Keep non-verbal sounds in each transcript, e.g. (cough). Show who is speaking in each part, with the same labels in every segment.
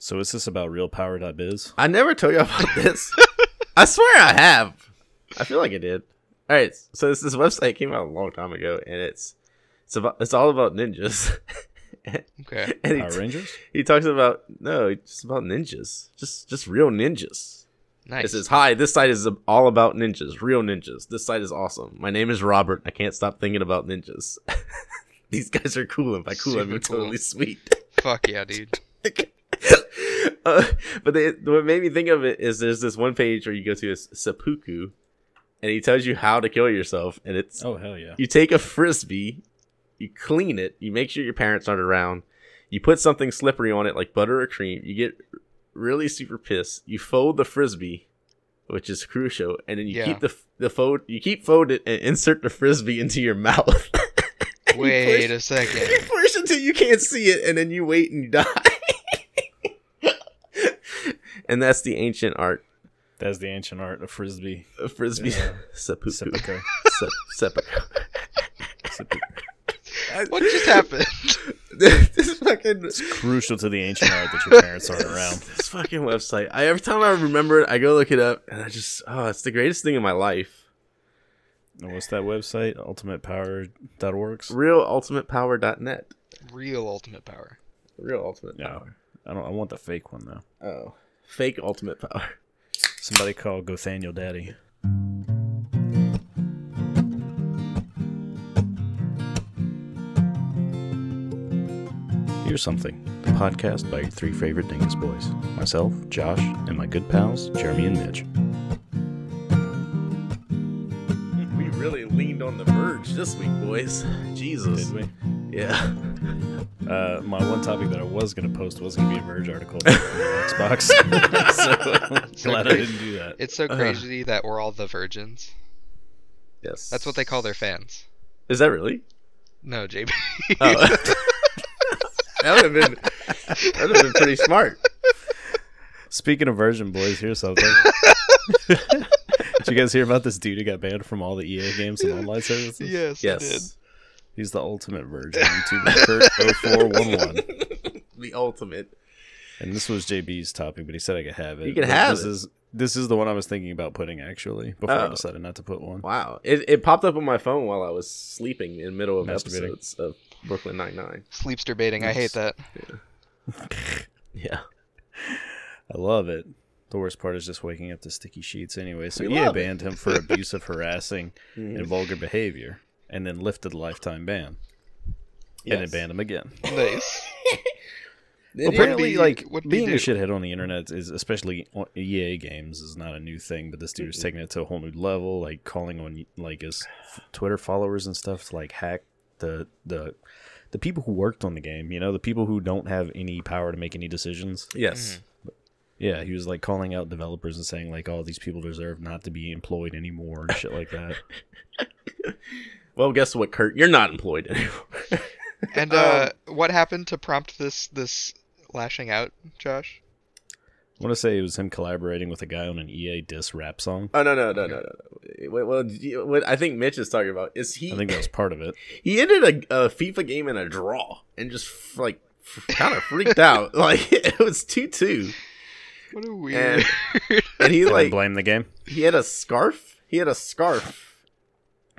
Speaker 1: So is this about realpower.biz?
Speaker 2: I never told you about this. I swear I have. I feel like I did. All right, so this this website came out a long time ago, and it's it's about it's all about ninjas. (laughs)
Speaker 3: Okay.
Speaker 2: and he,
Speaker 1: Power
Speaker 2: t-
Speaker 1: Rangers?
Speaker 2: he talks about no, it's just about ninjas, just just real ninjas.
Speaker 3: Nice.
Speaker 2: It says, "Hi, this site is all about ninjas, real ninjas. This site is awesome. My name is Robert. I can't stop thinking about ninjas. (laughs) These guys are cool, and by cool I
Speaker 3: Super
Speaker 2: mean
Speaker 3: cool.
Speaker 2: totally sweet."
Speaker 3: Fuck
Speaker 2: (laughs)
Speaker 3: yeah, dude.
Speaker 2: uh, but they, what made me think of it is there's this one page where you go to is seppuku, and he tells you how to kill yourself, and it's
Speaker 1: Oh hell yeah.
Speaker 2: you take a frisbee, you clean it, you make sure your parents aren't around, you put something slippery on it like butter or cream, you get really super pissed, you fold the frisbee, which is crucial, and then you
Speaker 3: Yeah.
Speaker 2: keep the the fold you keep fold it and insert the frisbee into your (laughs) mouth. And you
Speaker 3: Wait
Speaker 2: push-
Speaker 3: a
Speaker 2: you
Speaker 3: second.
Speaker 2: push until you can't see it, and then you wait and you die. and that's the ancient art
Speaker 1: That's the ancient art of frisbee.
Speaker 2: of frisbee
Speaker 1: Yeah.
Speaker 2: seppuku.
Speaker 1: Seppuku.
Speaker 2: Sep- seppuku.
Speaker 3: What just happened?
Speaker 2: (laughs)
Speaker 3: (laughs)
Speaker 2: this fucking
Speaker 1: It's crucial to the ancient art that your parents aren't around.
Speaker 2: This fucking website. I every time I remember it, I go look it up, and I just oh, it's the greatest thing in my life.
Speaker 1: And what's that website? Ultimatepower.org.
Speaker 2: RealUltimatePower.net.
Speaker 3: Real ultimate power.
Speaker 2: Real ultimate
Speaker 1: Yeah.
Speaker 2: power.
Speaker 1: I don't. I want the fake one though.
Speaker 2: Oh, fake ultimate power.
Speaker 1: Somebody call Gothaniel Daddy. Here's something. The podcast by your three favorite Dingus boys. Myself, Josh, and my good pals, Jeremy and Mitch.
Speaker 2: We really leaned on the verge this week, boys. Jesus.
Speaker 1: we?
Speaker 2: Yeah.
Speaker 1: Uh, my one topic that I was going to post was going to be a Verge article about the
Speaker 2: (laughs)
Speaker 1: Xbox. (laughs) so glad I didn't do that.
Speaker 3: It's so
Speaker 2: Uh-huh.
Speaker 3: crazy that we're all the virgins.
Speaker 2: Yes.
Speaker 3: That's what they call their fans.
Speaker 2: Is that (laughs) really?
Speaker 3: No, JB.
Speaker 2: Oh. that would have been. That would have been pretty smart.
Speaker 1: Speaking of Virgin Boys, here's
Speaker 2: (laughs)
Speaker 1: something. Did you guys hear about this dude who got banned from all the EA games and online services?
Speaker 3: yes. I
Speaker 2: (laughs)
Speaker 3: did.
Speaker 2: Yes.
Speaker 1: He's the ultimate virgin oh YouTuber, Kurt0411.
Speaker 2: the ultimate.
Speaker 1: And this was JB's topic, but he said I could have it.
Speaker 2: You can
Speaker 1: But
Speaker 2: have
Speaker 1: this
Speaker 2: it.
Speaker 1: is this is the one I was thinking about putting actually before I
Speaker 2: Oh.
Speaker 1: decided not to put one.
Speaker 2: Wow. It, it popped up on my phone while I was sleeping in the middle of
Speaker 1: Masturbating.
Speaker 2: episodes of Brooklyn Nine Nine.
Speaker 3: Sleepster baiting. I hate that.
Speaker 2: Yeah.
Speaker 1: I love it. The worst part is just waking up to sticky sheets anyway. So EA
Speaker 2: We love it. Mm-hmm.
Speaker 1: banned him for abusive, harassing, and vulgar behavior, and then lifted the lifetime ban. And
Speaker 2: Yes.
Speaker 1: then banned him again.
Speaker 3: Nice.
Speaker 2: (laughs) Then
Speaker 3: Well,
Speaker 2: he-
Speaker 3: pretty-
Speaker 1: apparently,
Speaker 3: he-
Speaker 1: like
Speaker 3: what did he
Speaker 1: being a
Speaker 3: do?
Speaker 1: shithead on the internet is, especially on EA games, is not a new thing. But this dude was taking it to a whole new level, like calling on like his f- Twitter followers and stuff to like hack the the the people who worked on the game. You know, the people who don't have any power to make any decisions.
Speaker 2: yes. Mm-hmm.
Speaker 1: Yeah, he was like calling out developers and saying like, "Oh, these people deserve not to be employed anymore" and shit like
Speaker 2: (laughs)
Speaker 1: that.
Speaker 2: Well, guess what, Kurt? You're not employed anymore.
Speaker 3: And
Speaker 2: Um,
Speaker 3: uh, what happened to prompt this this lashing out, Josh?
Speaker 1: I want to say it was him collaborating with a guy on an EA diss rap song.
Speaker 2: (laughs) oh no no no no no. Wait, well, do you- what I think Mitch is talking about is he
Speaker 1: I think that was part of it.
Speaker 2: he ended a, a FIFA game in a draw and just f- like kind of freaked out. (laughs) Like it was two two,
Speaker 3: What a weird.
Speaker 2: and he
Speaker 1: Did I
Speaker 2: (laughs) like
Speaker 1: blame the game?
Speaker 2: he had a scarf. He had a scarf.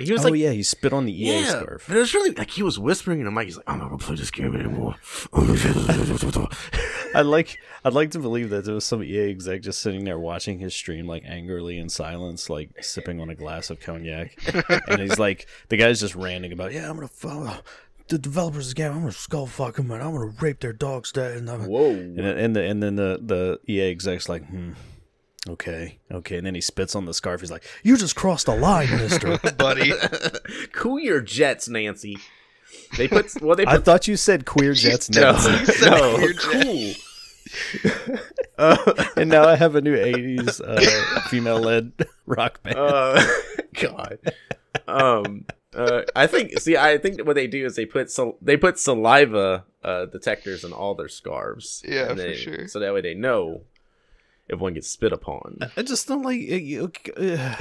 Speaker 2: He was
Speaker 1: oh
Speaker 2: like
Speaker 1: yeah, he spit on the EA scarf.
Speaker 2: But it was really like he was whispering in the mic. He's like, I'm not gonna play this game anymore. (laughs)
Speaker 1: I'd like I'd like to believe that there was some EA exec just sitting there watching his stream like angrily in silence, like sipping on a glass of
Speaker 2: (laughs)
Speaker 1: cognac, and he's like, the guy's just ranting about, yeah, I'm gonna follow the developers of this game, I'm gonna skull fuck them and I'm gonna rape their dog's dad, and I'm
Speaker 2: Whoa.
Speaker 1: and then, and, the, and then the the EA exec's like, hmm, okay, okay, and then he spits on the scarf. He's like, you just crossed a line, Mister.
Speaker 3: (laughs) buddy.
Speaker 2: (laughs) cool your jets, Nancy. They put well they
Speaker 1: (laughs) I
Speaker 2: put
Speaker 1: thought you said queer jets
Speaker 2: (laughs) no,
Speaker 1: now, (laughs)
Speaker 2: no,
Speaker 3: Queer Jets.
Speaker 2: cool.
Speaker 1: Uh, and now I have a new '80s uh, female-led (laughs) rock band.
Speaker 2: Uh, (laughs) God. Um. Uh, I think. See, I think that what they do is they put sal- they put saliva uh, detectors in all their scarves.
Speaker 3: Yeah,
Speaker 2: and
Speaker 3: for
Speaker 2: they-
Speaker 3: sure.
Speaker 2: So that way they know if one gets spit upon.
Speaker 1: I just don't like. Uh, you- uh,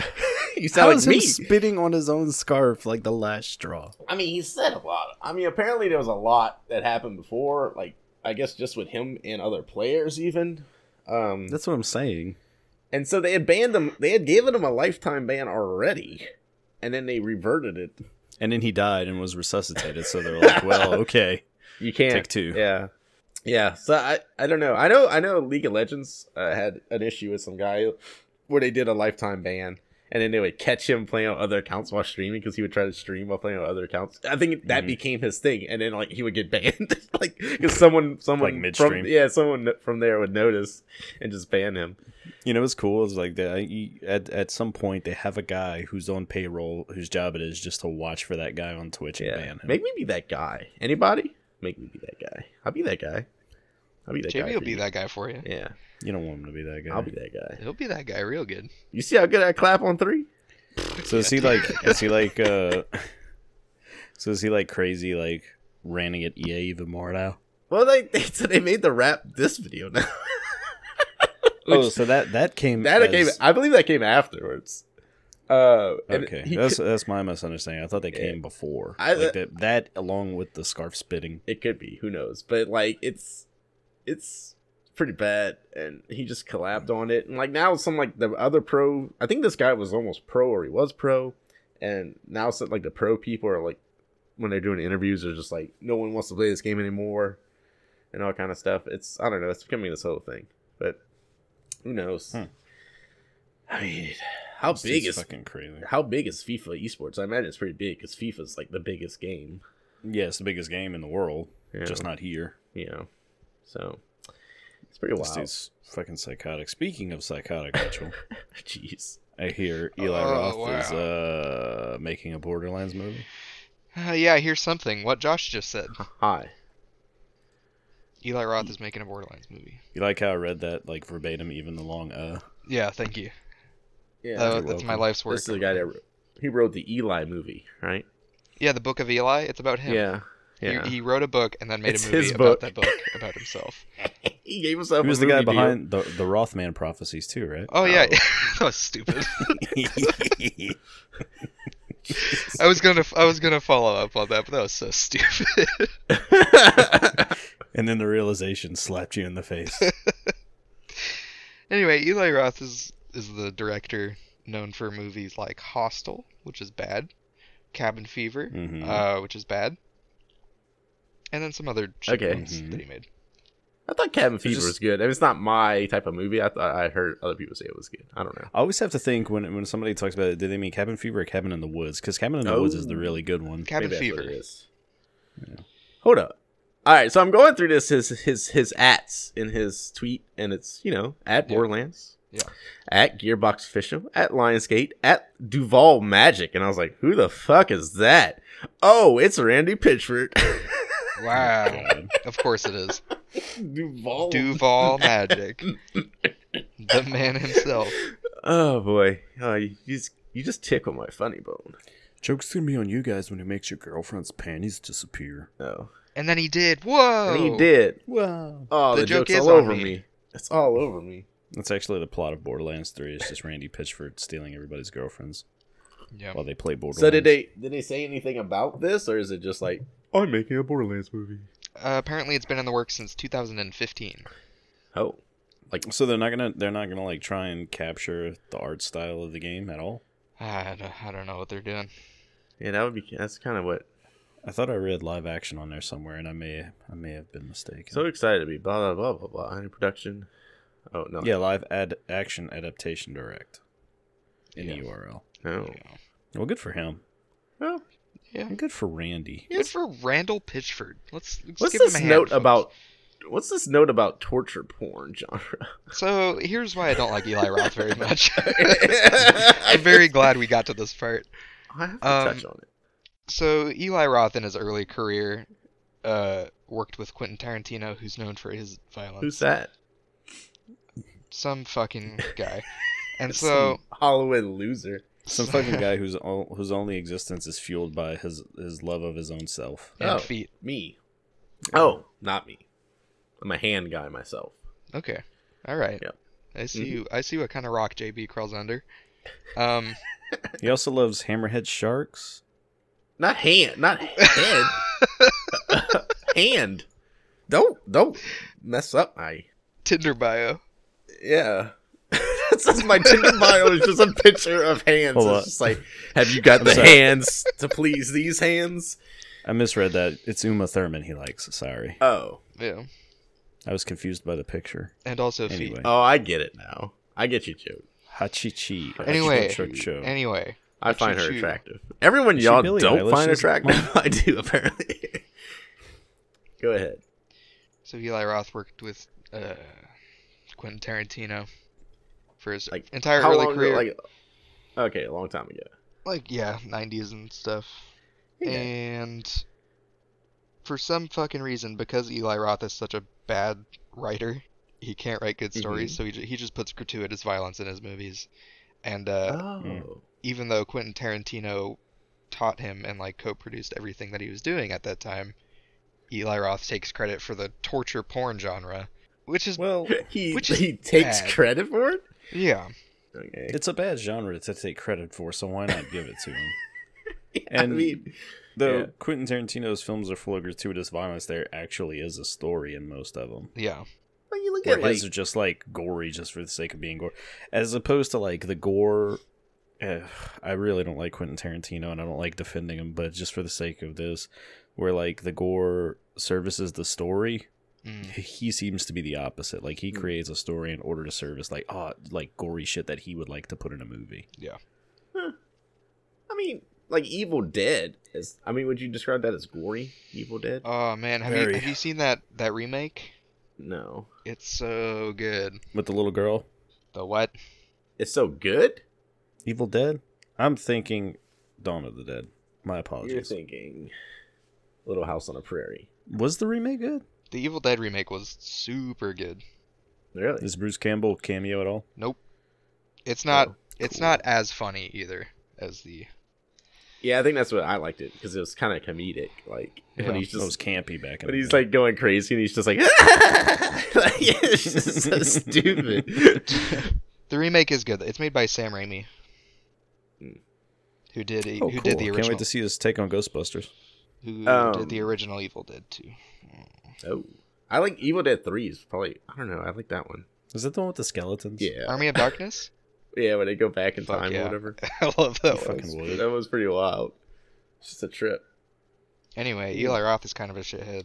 Speaker 2: you sound
Speaker 1: How
Speaker 2: like
Speaker 1: is him
Speaker 2: me.
Speaker 1: spitting on his own scarf like the last straw?
Speaker 2: I mean, he said a lot. I mean, apparently there was a lot that happened before. Like, I guess just with him and other players even. Um,
Speaker 1: That's what I'm saying.
Speaker 2: and so they had banned him. They had given him a lifetime ban already, and then they reverted it.
Speaker 1: And then he died and was resuscitated. So they're like,
Speaker 2: (laughs)
Speaker 1: well, okay.
Speaker 2: You can't
Speaker 1: Take two.
Speaker 2: Yeah, yeah. So I, I don't know. I know I know League of Legends uh, had an issue with some guy where they did a lifetime ban, and then they would catch him playing on other accounts while streaming because he would try to stream while playing on other accounts. I think that
Speaker 1: Mhm.
Speaker 2: became his thing, and then like he would get (laughs) banned, like because someone someone
Speaker 1: midstream.
Speaker 2: from yeah someone from there would notice and just ban him.
Speaker 1: You know what's cool is like that. you- At at some point, they have a guy who's on payroll whose job it is just to watch for that guy on Twitch and ban him.
Speaker 2: Make me be that guy. Anybody? Make me be that guy. I'll be that guy. I'll (laughs) be that guy.
Speaker 3: JB will
Speaker 2: for
Speaker 3: be
Speaker 2: you.
Speaker 3: that guy for you.
Speaker 2: Yeah,
Speaker 1: you don't want him to be that guy.
Speaker 2: I'll be that guy.
Speaker 3: He'll be that guy real good.
Speaker 2: You see how good I clap on three?
Speaker 1: So is
Speaker 2: (laughs)
Speaker 1: he like? is he like? uh (laughs) So is he like crazy? Like ranting at EA even more now?
Speaker 2: Well, they, they (laughs) so they made the rap this video now. (laughs) Which-
Speaker 1: oh, so that that came
Speaker 2: that
Speaker 1: as-
Speaker 2: came, I believe that came afterwards. Uh, and
Speaker 1: Okay,
Speaker 2: he
Speaker 1: that's
Speaker 2: could-
Speaker 1: that's my misunderstanding. I thought they
Speaker 2: Yeah.
Speaker 1: came before.
Speaker 2: I- uh,
Speaker 1: like that, that along with the scarf spitting.
Speaker 2: it could be who knows, but like it's it's pretty bad, and he just collabed on it, and like now some like the other pro. I think this guy was almost pro or he was pro, and now some like the pro people are like when they're doing interviews are just like no one wants to play this game anymore, and all kind of stuff. It's I don't know. It's becoming this whole thing, but who knows?
Speaker 1: Hmm.
Speaker 2: I mean, how
Speaker 1: It's-
Speaker 2: big
Speaker 1: it's
Speaker 2: is
Speaker 1: fucking crazy?
Speaker 2: how big is FIFA esports? I imagine it's pretty big because FIFA's like the biggest game.
Speaker 1: Yeah, it's the biggest game in the world,
Speaker 2: you
Speaker 1: just
Speaker 2: know?
Speaker 1: not here.
Speaker 2: you know, so it's pretty
Speaker 1: This
Speaker 2: wild.
Speaker 1: dude's fucking psychotic. Speaking of psychotic, (laughs) Mitchell,
Speaker 2: Jeez,
Speaker 1: I hear Eli
Speaker 3: Oh,
Speaker 1: Roth is
Speaker 3: wow.
Speaker 1: uh, making a Borderlands movie.
Speaker 3: Uh, yeah, here's something. What Josh just said.
Speaker 2: hi.
Speaker 3: Eli Roth is making a Borderlands movie.
Speaker 1: You like how I read that like verbatim, even the long uh.
Speaker 3: Yeah, thank you.
Speaker 2: Yeah,
Speaker 3: That-
Speaker 1: you're
Speaker 3: that's my
Speaker 1: welcome.
Speaker 3: life's work.
Speaker 2: this is the guy that wrote, he wrote the Eli movie, right?
Speaker 3: Yeah, the Book of Eli. It's about him.
Speaker 2: Yeah,
Speaker 3: He-
Speaker 2: yeah.
Speaker 3: He, wrote a book and then made
Speaker 2: It's
Speaker 3: a
Speaker 2: his
Speaker 3: movie
Speaker 2: book.
Speaker 3: about that book about himself.
Speaker 2: (laughs) He gave himself.
Speaker 1: He was the
Speaker 2: a
Speaker 1: guy
Speaker 2: movie deal.
Speaker 1: behind the the Rothman prophecies too, right?
Speaker 3: Oh yeah, (laughs) that was stupid. I was gonna I was gonna follow up on that, but that was so (laughs) stupid.
Speaker 1: (laughs) and then the realization slapped you in the
Speaker 3: (laughs)
Speaker 1: face.
Speaker 3: anyway, Eli Roth is is the director known for movies like Hostel, which is bad, Cabin Fever,
Speaker 1: Mhm.
Speaker 2: Mm-hmm.
Speaker 3: uh, which is bad, and then some other shit
Speaker 2: Okay. mm-hmm.
Speaker 3: ones
Speaker 1: Mhm.
Speaker 3: that he made.
Speaker 2: (laughs) I thought Cabin Fever
Speaker 1: just-
Speaker 2: was good. I mean, it's not my type of movie. I thought I heard other people say it was good. I don't know.
Speaker 1: I always have to think when when somebody talks about it, do they mean Cabin Fever or Cabin in the Woods? Because Cabin in the Woods is the
Speaker 2: Oh.
Speaker 1: really good one.
Speaker 3: Cabin
Speaker 2: Maybe that's what
Speaker 3: Fever.
Speaker 2: it is. Hold up. All right, so I'm going through this his his his ats in his tweet, and it's you know at
Speaker 3: Yeah.
Speaker 2: Borderlands,
Speaker 3: Yeah.
Speaker 2: at Gearbox Official, at Lionsgate, at Duval Magic, and I was like, who the fuck is that? Oh, it's Randy Pitchford. (laughs)
Speaker 3: Wow.
Speaker 1: Oh,
Speaker 3: of course it is.
Speaker 2: Duval. (laughs)
Speaker 3: Duval Magic. the man himself.
Speaker 2: oh boy, oh, you just you just tickle my funny bone.
Speaker 1: Joke's gonna be on you guys when he makes your girlfriend's panties disappear.
Speaker 2: Oh,
Speaker 3: And then he did. Whoa.
Speaker 2: and he did.
Speaker 1: Wow.
Speaker 2: Oh, the,
Speaker 3: Oh. The joke
Speaker 2: joke's
Speaker 3: is
Speaker 2: all
Speaker 3: on
Speaker 2: over
Speaker 3: me.
Speaker 2: me. It's all over me.
Speaker 1: That's actually the plot of Borderlands 3. It's just Randy Pitchford stealing everybody's girlfriends
Speaker 3: Yeah.
Speaker 1: while they play Borderlands.
Speaker 2: So did they did they say anything about this, or is it just like I'm making a Borderlands movie?
Speaker 3: Uh, apparently, it's been in the works since 2015.
Speaker 2: Oh,
Speaker 1: So they're not gonna they're not gonna like try and capture the art style of the game at all.
Speaker 3: I don't, I don't know what they're doing.
Speaker 2: yeah, that would be that's kind of what.
Speaker 1: I thought I read live action on there somewhere, and I may I may have been mistaken.
Speaker 2: So excited to be blah blah blah blah blah in production. Oh no,
Speaker 1: yeah, live ad action adaptation direct in
Speaker 3: Yeah.
Speaker 1: the URL.
Speaker 2: no.
Speaker 3: Yeah.
Speaker 1: Well, good for him.
Speaker 2: Well,
Speaker 3: Yeah.
Speaker 1: And good for Randy.
Speaker 3: Good for Randall Pitchford. Let's, let's
Speaker 2: what's
Speaker 3: give him
Speaker 2: this
Speaker 3: a hand,
Speaker 2: note
Speaker 3: folks.
Speaker 2: about? What's this note about torture porn
Speaker 3: (laughs)
Speaker 2: genre?
Speaker 3: So here's why I don't like Eli Roth
Speaker 2: (laughs)
Speaker 3: very much. (laughs) I'm very glad we got to this part.
Speaker 2: I have to
Speaker 3: um,
Speaker 2: touch on it.
Speaker 3: So Eli Roth in his early career uh, worked with Quentin Tarantino, who's known for his violence.
Speaker 2: Who's that?
Speaker 3: Some fucking guy.
Speaker 2: (laughs)
Speaker 3: And
Speaker 2: Some
Speaker 3: so
Speaker 2: Hollywood loser.
Speaker 1: Some fucking guy whose o- whose only existence is fueled by his his love of his own self.
Speaker 3: (laughs) and
Speaker 2: Oh.
Speaker 3: feet.
Speaker 2: Me. Oh, not me. I'm a hand guy myself.
Speaker 3: Okay. All right.
Speaker 2: Yep. Mm-hmm.
Speaker 3: I see. You, I see what kind of rock JB crawls under. Um. (laughs)
Speaker 1: He also loves hammerhead sharks.
Speaker 2: (laughs) Not hand. Not head. hand. Don't don't mess up my
Speaker 3: Tinder bio.
Speaker 2: (laughs) yeah. That's just my Tinder bio is just a picture of hands.
Speaker 1: Hold
Speaker 2: it's
Speaker 1: on.
Speaker 2: just like, have you got the
Speaker 1: sorry.
Speaker 2: hands (laughs) to please these hands?
Speaker 1: I misread that. It's Uma Thurman he likes. Sorry,
Speaker 2: Oh,
Speaker 3: Yeah.
Speaker 1: I was confused by the picture.
Speaker 3: And also
Speaker 1: Anyway,
Speaker 3: feet.
Speaker 2: oh, I get it now. I get you, Joe.
Speaker 1: Hachichi. or
Speaker 3: Anyway,
Speaker 1: Hachichocho.
Speaker 3: Anyway,
Speaker 2: I find her
Speaker 3: Choo-choo.
Speaker 2: attractive. Everyone
Speaker 1: Is she
Speaker 2: y'all
Speaker 1: Billie
Speaker 2: don't
Speaker 1: Eilish?
Speaker 2: find
Speaker 1: She's-
Speaker 2: attractive. (laughs) I do apparently. (laughs) Go ahead.
Speaker 3: so Eli Roth worked with uh, Quentin Tarantino for his
Speaker 2: Like,
Speaker 3: entire early
Speaker 2: long ago-
Speaker 3: career.
Speaker 2: like, okay, a long time ago.
Speaker 3: like yeah, nineties and stuff.
Speaker 2: Yeah.
Speaker 3: And for some fucking reason, because Eli Roth is such a bad writer, he can't write good stories,
Speaker 2: Mhm.
Speaker 3: so he ju- he just puts gratuitous violence in his movies. And uh,
Speaker 2: oh,
Speaker 3: even though Quentin Tarantino taught him and like co-produced everything that he was doing at that time, Eli Roth takes credit for the torture porn genre, which is
Speaker 1: Well,
Speaker 2: (laughs) he
Speaker 3: Which is
Speaker 2: he takes
Speaker 3: bad.
Speaker 2: credit for it.
Speaker 3: yeah.
Speaker 2: Okay,
Speaker 1: it's a bad genre to take credit for, so why not give it to
Speaker 2: (laughs)
Speaker 1: him?
Speaker 2: I
Speaker 1: and-
Speaker 2: mean,
Speaker 1: Though
Speaker 2: Yeah.
Speaker 1: Quentin Tarantino's films are full of gratuitous violence, there actually is a story in most of them.
Speaker 3: Yeah.
Speaker 2: when you look
Speaker 1: Where
Speaker 2: at like,
Speaker 1: his are just like gory, just for the sake of being gore, as opposed to like the gore. eh, I really don't like Quentin Tarantino, and I don't like defending him, but just for the sake of this, where like the gore services the story,
Speaker 3: Mm.
Speaker 1: he seems to be the opposite. Like he
Speaker 2: Hmm.
Speaker 1: creates a story in order to service like ah like gory shit that he would like to put in a movie.
Speaker 2: I mean, like Evil Dead is. I mean, would you describe that as gory? Evil Dead?
Speaker 3: Oh man, have you
Speaker 1: Very.
Speaker 3: have you seen that that remake?
Speaker 2: no,
Speaker 3: It's so good.
Speaker 1: With the little girl,
Speaker 3: The what?
Speaker 2: it's so good.
Speaker 1: Evil Dead. I'm thinking Dawn of the Dead. My
Speaker 2: You're
Speaker 1: apologies.
Speaker 2: thinking Little House on a Prairie.
Speaker 1: Was the remake good?
Speaker 3: The Evil Dead remake was super good.
Speaker 2: Really?
Speaker 1: Is Bruce Campbell cameo at all?
Speaker 3: It's not
Speaker 2: Oh,
Speaker 3: it's
Speaker 2: cool.
Speaker 3: not as funny either as the
Speaker 2: Yeah, I think that's what I liked it because it was kind of comedic. Like
Speaker 3: Yeah.
Speaker 2: when he's
Speaker 1: That was
Speaker 2: just
Speaker 1: campy back in.
Speaker 2: when
Speaker 1: the
Speaker 2: he's
Speaker 1: day.
Speaker 2: like going crazy and he's just like, (laughs) like it's just so stupid.
Speaker 3: The remake is good. It's made by Sam Raimi.
Speaker 2: Hmm.
Speaker 3: Who did e-
Speaker 1: oh,
Speaker 3: who
Speaker 1: cool.
Speaker 3: did the
Speaker 1: Can't
Speaker 3: original
Speaker 1: wait to see his take on Ghostbusters.
Speaker 3: who
Speaker 2: Um,
Speaker 3: did the original Evil Dead too.
Speaker 2: oh, I like Evil Dead Three is probably I don't know. I like that one.
Speaker 1: Is that the one with the skeletons?
Speaker 2: Yeah,
Speaker 3: Army of
Speaker 2: (laughs)
Speaker 3: Darkness?
Speaker 2: yeah. When they go back in
Speaker 3: Fuck
Speaker 2: time
Speaker 3: yeah.
Speaker 2: or whatever,
Speaker 3: I love
Speaker 1: You
Speaker 3: that one.
Speaker 1: fucking would.
Speaker 2: that was pretty wild. It's just a trip.
Speaker 3: Anyway, Eli Roth is kind of a shithead.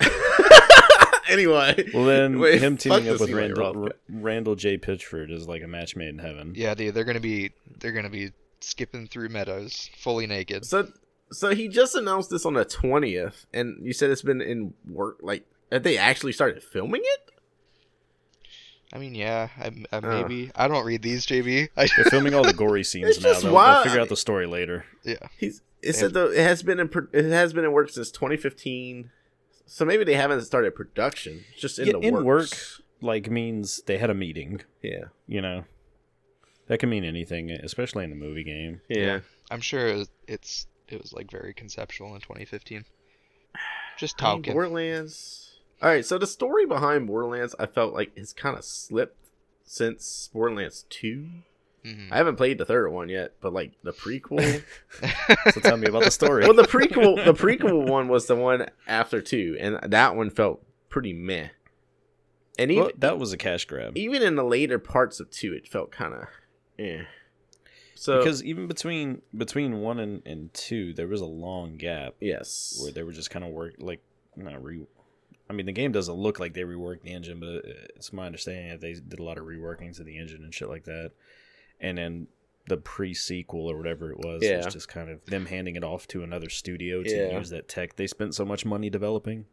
Speaker 2: (laughs) anyway,
Speaker 1: Well, then
Speaker 2: (laughs) Wait,
Speaker 1: him
Speaker 2: fuck
Speaker 1: teaming up
Speaker 2: this
Speaker 1: with
Speaker 2: Eli
Speaker 1: Randall,
Speaker 2: Roth
Speaker 1: R- Randall J. Pitchford is like a match made in heaven.
Speaker 3: Yeah, dude, they're gonna be they're gonna be skipping through meadows fully naked.
Speaker 2: So so he just announced this on the twentieth, and you said it's been in work. Like, have they actually started filming it?
Speaker 3: I mean, yeah, I, I
Speaker 2: Uh.
Speaker 3: maybe I don't read these, JB.
Speaker 2: (laughs)
Speaker 3: I,
Speaker 1: They're filming all the gory scenes
Speaker 2: It's
Speaker 1: now.
Speaker 2: just
Speaker 1: They'll,
Speaker 2: wild.
Speaker 1: they'll figure out the story later.
Speaker 3: yeah,
Speaker 2: He's it said though it has been in pro- it has been in work since twenty fifteen. So maybe they haven't started production. It's Just in
Speaker 1: Yeah,
Speaker 2: the
Speaker 1: in
Speaker 2: works.
Speaker 1: Like means they had a meeting.
Speaker 2: Yeah.
Speaker 1: You know, that can mean anything, especially in the movie game.
Speaker 2: Yeah.
Speaker 3: I'm sure it was- it's it was like very conceptual in 2015. Just
Speaker 2: I mean,
Speaker 3: talking.
Speaker 2: Borderlands. All right, so the story behind Borderlands, I felt like has kind of slipped since Borderlands Two.
Speaker 3: Mhm.
Speaker 2: I haven't played the third one yet, but like
Speaker 1: (laughs)
Speaker 2: the prequel.
Speaker 3: (laughs)
Speaker 1: So tell me about the story.
Speaker 2: (laughs) well, the prequel, the prequel one was the one after two, and that one felt pretty meh. And even
Speaker 1: Well, that was a cash grab.
Speaker 2: even in the later parts of two, it felt kind of, yeah. So
Speaker 1: because even between between one and, and two, there was a long gap
Speaker 2: yes,
Speaker 1: where they were just kind of work like not re. I mean, the game doesn't look like they reworked the engine, but it's my understanding that they did a lot of reworking to the engine and shit like that. And then the pre sequel or whatever it was, it
Speaker 2: Yeah.
Speaker 1: was just kind of them handing it off to another studio to
Speaker 2: Yeah.
Speaker 1: use that tech they spent so much money developing.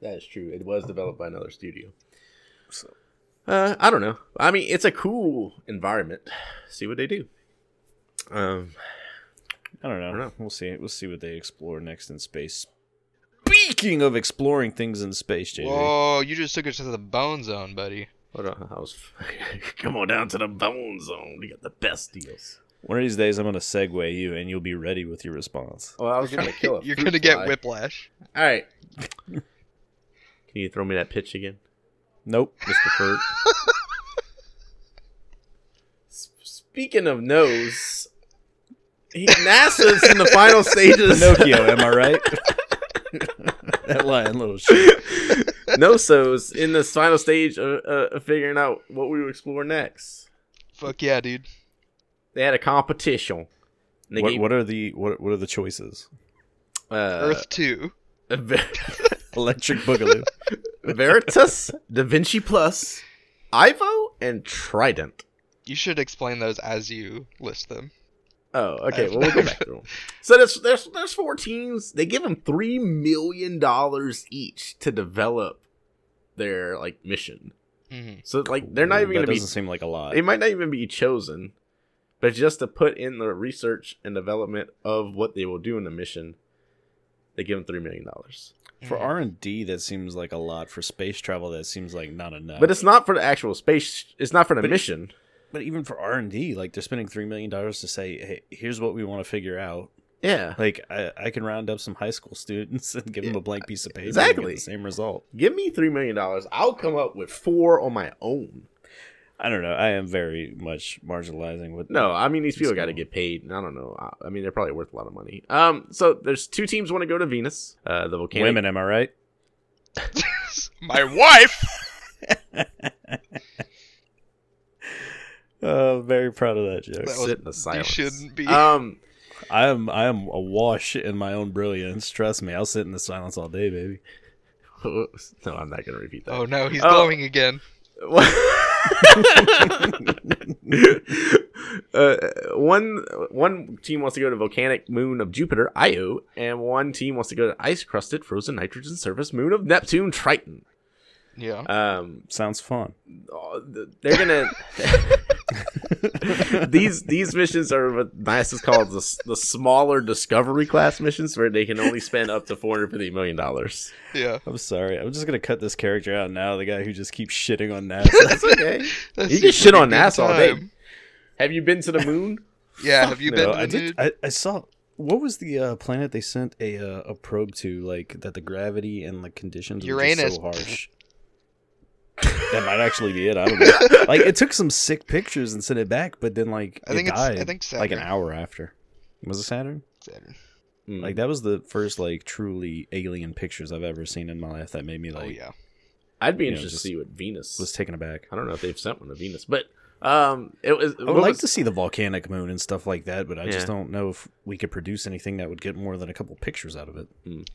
Speaker 2: that is true. It was developed by another studio.
Speaker 1: So-
Speaker 2: Uh, I don't know. I mean, it's a cool environment. See what they do. Um,
Speaker 1: I don't know.
Speaker 2: don't know.
Speaker 1: We'll see. We'll see what they explore next in space. Speaking of exploring things in space, JD.
Speaker 3: Whoa, you just took us to the bone zone, buddy.
Speaker 2: hold on. I was (laughs) come on down to the bone zone. We got the best deals.
Speaker 1: One of these days, I'm gonna segue you, and you'll be ready with your response.
Speaker 2: Well, Oh, I was
Speaker 3: You're
Speaker 2: (laughs)
Speaker 3: (laughs)
Speaker 2: trying
Speaker 3: gonna,
Speaker 2: to kill a
Speaker 3: you're
Speaker 2: fruit
Speaker 3: gonna get
Speaker 2: fly.
Speaker 3: whiplash.
Speaker 2: All right. Can you throw me that pitch again,
Speaker 1: Nope.
Speaker 2: Mr. Furt? S- Speaking of nose, (laughs) he- NASA's in the final
Speaker 1: (laughs)
Speaker 2: stages.
Speaker 1: Pinocchio, am I right? that lying little shit.
Speaker 2: no so's in this final stage of, uh, of figuring out what we would explore next.
Speaker 3: Fuck yeah, dude.
Speaker 2: They had a competition. And they
Speaker 1: What,
Speaker 2: gave,
Speaker 1: what are the what what are the choices?
Speaker 2: uh, (laughs)
Speaker 3: Earth 2.
Speaker 1: Electric Boogaloo.
Speaker 2: Veritas, Da Vinci Plus, Ivo, and Trident.
Speaker 3: You should explain those as you list them.
Speaker 2: Oh, okay. Well, we'll (laughs) go back to them. So there's there's there's four teams. They give them three million dollars each to develop their like mission.
Speaker 3: hmm
Speaker 2: So like they're not even
Speaker 1: that
Speaker 2: going to be
Speaker 1: doesn't seem like a lot.
Speaker 2: It might not even be chosen, but just to put in the research and development of what they will do in the mission, they give them three million dollars.
Speaker 1: For
Speaker 3: Mm-hmm.
Speaker 1: R and D, that seems like a lot. For space travel, that seems like not enough.
Speaker 2: But it's not for the actual space. It's not for the
Speaker 1: But it-
Speaker 2: mission.
Speaker 1: but even for R and D, like they're spending three million dollars to say, "Hey, here's what we want to figure out."
Speaker 2: yeah,
Speaker 1: Like I, I can round up some high school students (laughs) and give them a blank piece of paper. And
Speaker 2: Exactly.
Speaker 1: get the same result.
Speaker 2: give me three million dollars. I'll come up with four on my own.
Speaker 1: I don't know. I am very much marginalizing with
Speaker 2: No, I mean these people
Speaker 1: That's
Speaker 2: got to
Speaker 1: cool.
Speaker 2: get paid. and I don't know. I- I mean they're probably worth a lot of money. Um, so there's two teams want to go to Venus. Uh, the volcanic
Speaker 1: women. Am I right?
Speaker 3: (laughs) My wife!
Speaker 1: Uh, very proud of that joke.
Speaker 3: That was-
Speaker 2: sit in the silence.
Speaker 3: shouldn't be.
Speaker 2: Um, (laughs)
Speaker 1: I am I am awash in my own brilliance. Trust me, I'll sit in the silence all day, baby.
Speaker 2: no, I'm not gonna repeat that.
Speaker 3: Oh no, he's
Speaker 2: Oh.
Speaker 3: glowing again.
Speaker 2: (laughs) uh, one one team wants to go to volcanic moon of Jupiter, Io, and one team wants to go to ice crusted frozen nitrogen surface moon of Neptune, Triton.
Speaker 3: Yeah.
Speaker 2: Um,
Speaker 1: Sounds fun.
Speaker 2: oh, th- they're gonna (laughs) these these missions are what NASA is called the s- the smaller Discovery class missions, where they can only spend up to four hundred fifty million dollars.
Speaker 3: Yeah.
Speaker 1: I'm sorry. I'm just gonna cut this character out now. The guy who just keeps shitting on NASA.
Speaker 2: That's okay.
Speaker 3: That's
Speaker 2: You can
Speaker 3: a
Speaker 2: shit on
Speaker 3: pretty good
Speaker 2: NASA all day.
Speaker 3: time.
Speaker 2: Have you been to the moon?
Speaker 3: Yeah, have (laughs) you
Speaker 1: (laughs) no,
Speaker 3: been to
Speaker 1: I
Speaker 3: the
Speaker 1: did.
Speaker 3: nude? (laughs)
Speaker 1: I, I saw. What was the uh, planet they sent a uh, a probe to? Like that, the gravity and the conditions were just so
Speaker 3: Uranus.
Speaker 1: harsh. that might actually be it. I don't know. Like it took some sick pictures and sent it back, but then like
Speaker 3: I think
Speaker 1: it
Speaker 3: it's I
Speaker 1: died,
Speaker 3: think Saturn.
Speaker 1: like an hour after. Was it Saturn?
Speaker 3: Saturn.
Speaker 2: Hmm.
Speaker 1: Like that was the first like truly alien pictures I've ever seen in my life that made me like
Speaker 3: oh yeah.
Speaker 2: I'd be
Speaker 1: you know,
Speaker 2: interested
Speaker 1: just-
Speaker 2: to see what Venus
Speaker 1: was taken aback.
Speaker 2: I don't know if they've sent one to Venus, but um, it was.
Speaker 1: I would like to see the volcanic moon and stuff like that, but I just
Speaker 2: Yeah.
Speaker 1: don't know if we could produce anything that would get more than a couple pictures out of it.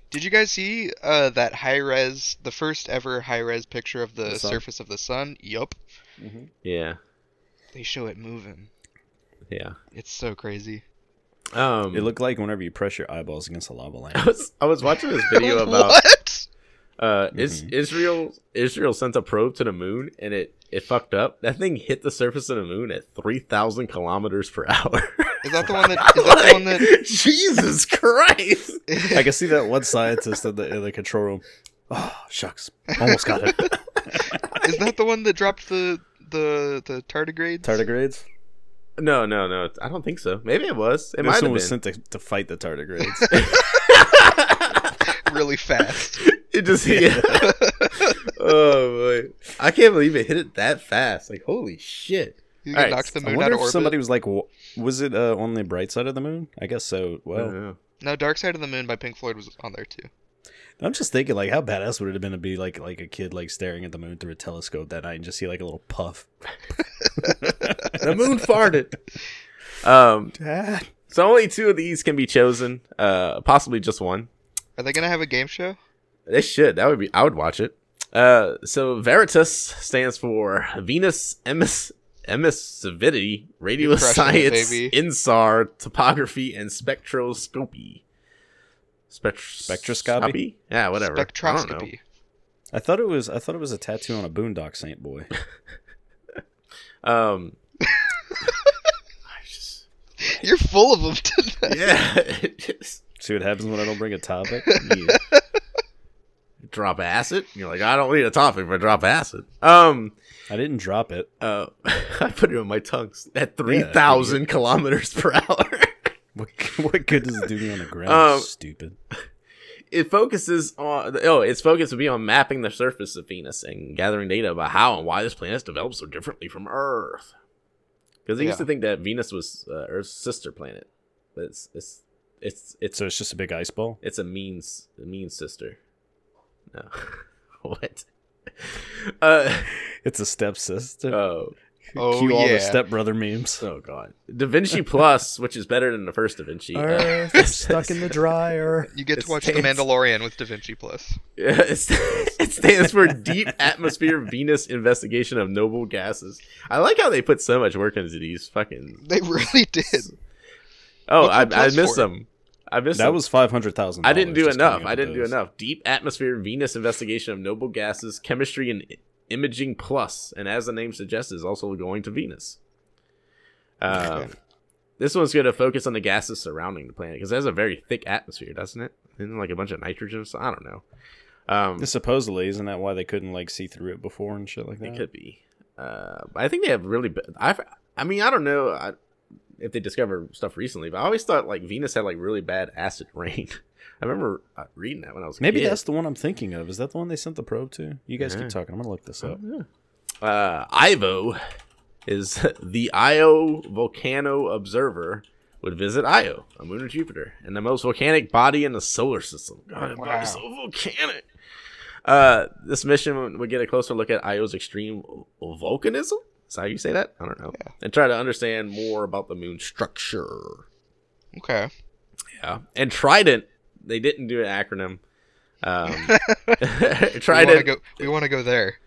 Speaker 3: Did you guys see uh, that high res, the first ever high res picture of the,
Speaker 1: The sun?
Speaker 3: surface of the sun? Yup.
Speaker 2: Yeah,
Speaker 3: They show it moving.
Speaker 2: yeah.
Speaker 3: It's so crazy.
Speaker 2: Um,
Speaker 1: It looked like whenever you press your eyeballs against a lava
Speaker 2: I (laughs)
Speaker 1: lamp.
Speaker 2: was I was watching this video
Speaker 3: (laughs)
Speaker 2: about
Speaker 3: what?
Speaker 2: uh, is Israel Israel sent a probe to the moon and it it fucked up. That thing hit the surface of the moon at three thousand kilometers per (laughs) hour.
Speaker 3: Is that the one that? Is that the one that?
Speaker 2: Like, (laughs) Jesus Christ!
Speaker 1: (laughs) I can see that one scientist in the in the control room. Oh shucks, almost got
Speaker 2: (laughs)
Speaker 1: it.
Speaker 3: (laughs) Is that the one that dropped the the the tardigrades?
Speaker 1: Tardigrades.
Speaker 2: No, no, no. I don't think so. Maybe it was. It
Speaker 1: this
Speaker 2: might
Speaker 1: one
Speaker 2: have
Speaker 1: was
Speaker 2: been.
Speaker 1: sent to, to fight
Speaker 2: (laughs)
Speaker 1: the tardigrades.
Speaker 3: really fast. (laughs)
Speaker 2: (laughs) It just yeah. oh boy, I can't believe it hit it that fast. Like holy shit.
Speaker 3: You
Speaker 2: Alright,
Speaker 3: can knock the
Speaker 1: I
Speaker 3: moon out
Speaker 1: wonder
Speaker 3: of
Speaker 1: if
Speaker 3: orbit.
Speaker 1: somebody was like, w- was it uh, on the bright side of the moon? I guess so.
Speaker 2: I don't
Speaker 1: Well,
Speaker 2: know.
Speaker 3: No, Dark Side of the Moon by Pink Floyd was on there too.
Speaker 1: I'm just thinking like, how badass would it have been to be like like a kid like staring at the moon through a telescope that night and just see like a little puff.
Speaker 2: the moon farted. Um,
Speaker 1: Dad.
Speaker 2: so only two of these can be chosen. Uh, possibly just one.
Speaker 3: Are they gonna have a game show?
Speaker 2: They should. That would be. I would watch it. Uh, so Veritas stands for Venus Emis Emissivity, Radio
Speaker 3: crushing it,
Speaker 2: Science,
Speaker 3: baby.
Speaker 2: INSAR, Topography, and Spectroscopy. Spect-
Speaker 1: Spectroscopy?
Speaker 2: Yeah, whatever. I don't know.
Speaker 3: Spectroscopy.
Speaker 1: I thought it was I thought it was a tattoo on a boondock saint boy.
Speaker 3: (laughs)
Speaker 2: Um, (laughs) I just-
Speaker 3: (laughs) You're full of them tonight.
Speaker 2: yeah, (laughs) it just-
Speaker 1: See what happens when I don't bring a (laughs) topic?
Speaker 2: drop acid. You're like, I don't need a topic for drop acid. Um,
Speaker 1: I didn't drop it. (laughs)
Speaker 2: uh, (laughs) I put it on my tongue at three thousand kilometers per hour. (laughs)
Speaker 1: What, what good does it do me on the ground?
Speaker 2: Um,
Speaker 1: Stupid.
Speaker 2: it focuses on oh, its focus would be on mapping the surface of Venus and gathering data about how and why this planet has developed so differently from Earth. Because they used
Speaker 3: Yeah.
Speaker 2: to think that Venus was uh, Earth's sister planet, but it's it's it's it's
Speaker 1: So it's just a big ice ball.
Speaker 2: it's a mean s- a mean sister. No. (laughs) what? Uh (laughs)
Speaker 1: It's a stepsister.
Speaker 2: oh.
Speaker 1: (laughs) (laughs)
Speaker 3: Oh,
Speaker 1: Cue all
Speaker 3: yeah.
Speaker 1: the stepbrother memes.
Speaker 2: Oh god. Da Vinci Plus, which is better than the first Da Vinci. uh,
Speaker 1: Earth,
Speaker 2: (laughs)
Speaker 1: I'm stuck in the dryer.
Speaker 3: You get
Speaker 2: It
Speaker 3: to watch The
Speaker 2: stands-
Speaker 3: Mandalorian with Da Vinci Plus.
Speaker 2: Yeah, it's, (laughs) it stands for Deep Atmosphere Venus Investigation of Noble Gases. I like how they put so much work into these fucking.
Speaker 3: (laughs) They really did.
Speaker 2: Oh, I,
Speaker 3: What's your
Speaker 2: I
Speaker 3: plus
Speaker 2: missed
Speaker 3: for it?
Speaker 2: them. I missed
Speaker 1: That
Speaker 2: them.
Speaker 1: was five hundred thousand.
Speaker 2: I didn't do enough. I didn't do enough. Deep Atmosphere Venus Investigation of Noble Gases, Chemistry and I- Imaging Plus, and as the name suggests, is also going to Venus. Um,
Speaker 3: Okay.
Speaker 2: this one's going to focus on the gases surrounding the planet because it has a very thick atmosphere, doesn't it? Isn't it like a bunch of nitrogen? So I don't know. Um,
Speaker 1: Supposedly, isn't that why they couldn't like see through it before and shit like that?
Speaker 2: It could be. Uh, I think they have really. b- I've. I mean, I don't know I, if they discover stuff recently, but I always thought like Venus had like really bad acid rain. (laughs) I remember uh, reading that when I was a
Speaker 1: Maybe
Speaker 2: kid.
Speaker 1: that's the one I'm thinking of. Is that the one they sent the probe to? You guys
Speaker 2: Yeah.
Speaker 1: keep talking. I'm gonna look this up.
Speaker 2: Uh, Ivo is (laughs) the Io Volcano Observer would visit Io, a moon of Jupiter, and the most volcanic body in the solar system. God, wow.
Speaker 3: Wow.
Speaker 2: so volcanic. Uh, this mission would get a closer look at Io's extreme volcanism. Is that how you say that? I don't know. And try to understand more about the moon's structure.
Speaker 3: Okay.
Speaker 2: Yeah. And Trident, they didn't do an acronym. Um,
Speaker 3: We want
Speaker 2: (laughs)
Speaker 3: to
Speaker 2: Trident.
Speaker 3: go. We want to go there.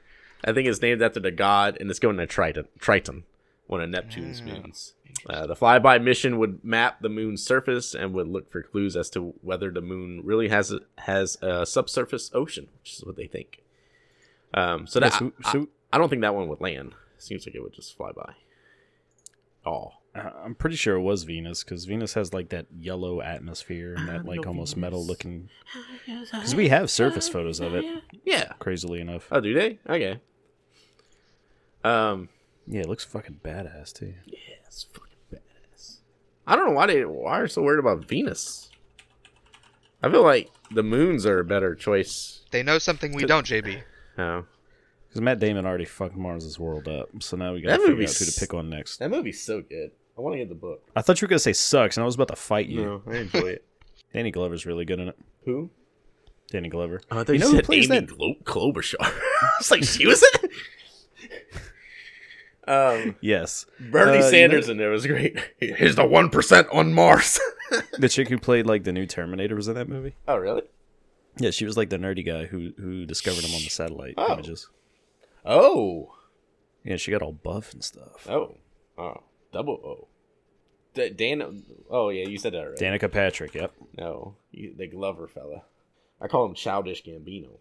Speaker 2: I think it's named after the god, and it's going to Triton, Triton one of Neptune's
Speaker 3: Ah,
Speaker 2: moons. Uh, the flyby mission would map the moon's surface and would look for clues as to whether the moon really has a, has a subsurface ocean, which is what they think. Um, so
Speaker 1: Yeah,
Speaker 2: that
Speaker 1: so-
Speaker 2: I,
Speaker 1: so-
Speaker 2: I don't think that one would land. Seems like it would just fly by. Oh,
Speaker 1: Uh, I'm pretty sure it was Venus because Venus has like that yellow atmosphere and
Speaker 2: I
Speaker 1: that like
Speaker 2: know
Speaker 1: almost
Speaker 2: Venus.
Speaker 1: metal looking. Because we have surface photos of it,
Speaker 2: yeah.
Speaker 1: crazily enough.
Speaker 2: Oh, do they? Okay. Um,
Speaker 1: Yeah, it looks fucking badass too.
Speaker 2: yeah, it's fucking badass. I don't know why they why are so worried about Venus. I feel like the moons are a better choice.
Speaker 3: They know something we don't, JB.
Speaker 2: Oh.
Speaker 1: Because Matt Damon already fucked Mars's world up, so now we
Speaker 2: That
Speaker 1: gotta figure
Speaker 2: movie's-
Speaker 1: out who to pick on next.
Speaker 2: That movie's so good. I want to get the book.
Speaker 1: I thought you were gonna say sucks, and I was about to fight you.
Speaker 2: No, I enjoy it.
Speaker 1: Danny Glover's really good in it.
Speaker 2: (laughs) Who?
Speaker 1: Danny Glover.
Speaker 2: Oh, I
Speaker 1: you know who plays that?
Speaker 2: Glo- Klobuchar. (laughs) I was like, she was in it? (laughs) um,
Speaker 1: Yes,
Speaker 2: Bernie
Speaker 1: Uh, you know-
Speaker 2: Sanders in there was (laughs) great. Here's the 1% on Mars. (laughs)
Speaker 1: the chick who played like the new Terminator was in that movie.
Speaker 2: oh, really?
Speaker 1: Yeah, she was like the nerdy guy who who discovered him on the satellite
Speaker 2: Oh.
Speaker 1: images.
Speaker 2: Oh.
Speaker 1: Yeah, she got all buff and stuff.
Speaker 2: Oh. Oh. Double O. D- Dan. Oh, yeah, you said that already.
Speaker 1: Danica Patrick. Yep.
Speaker 2: No, you, the Glover fella. I call him Childish Gambino.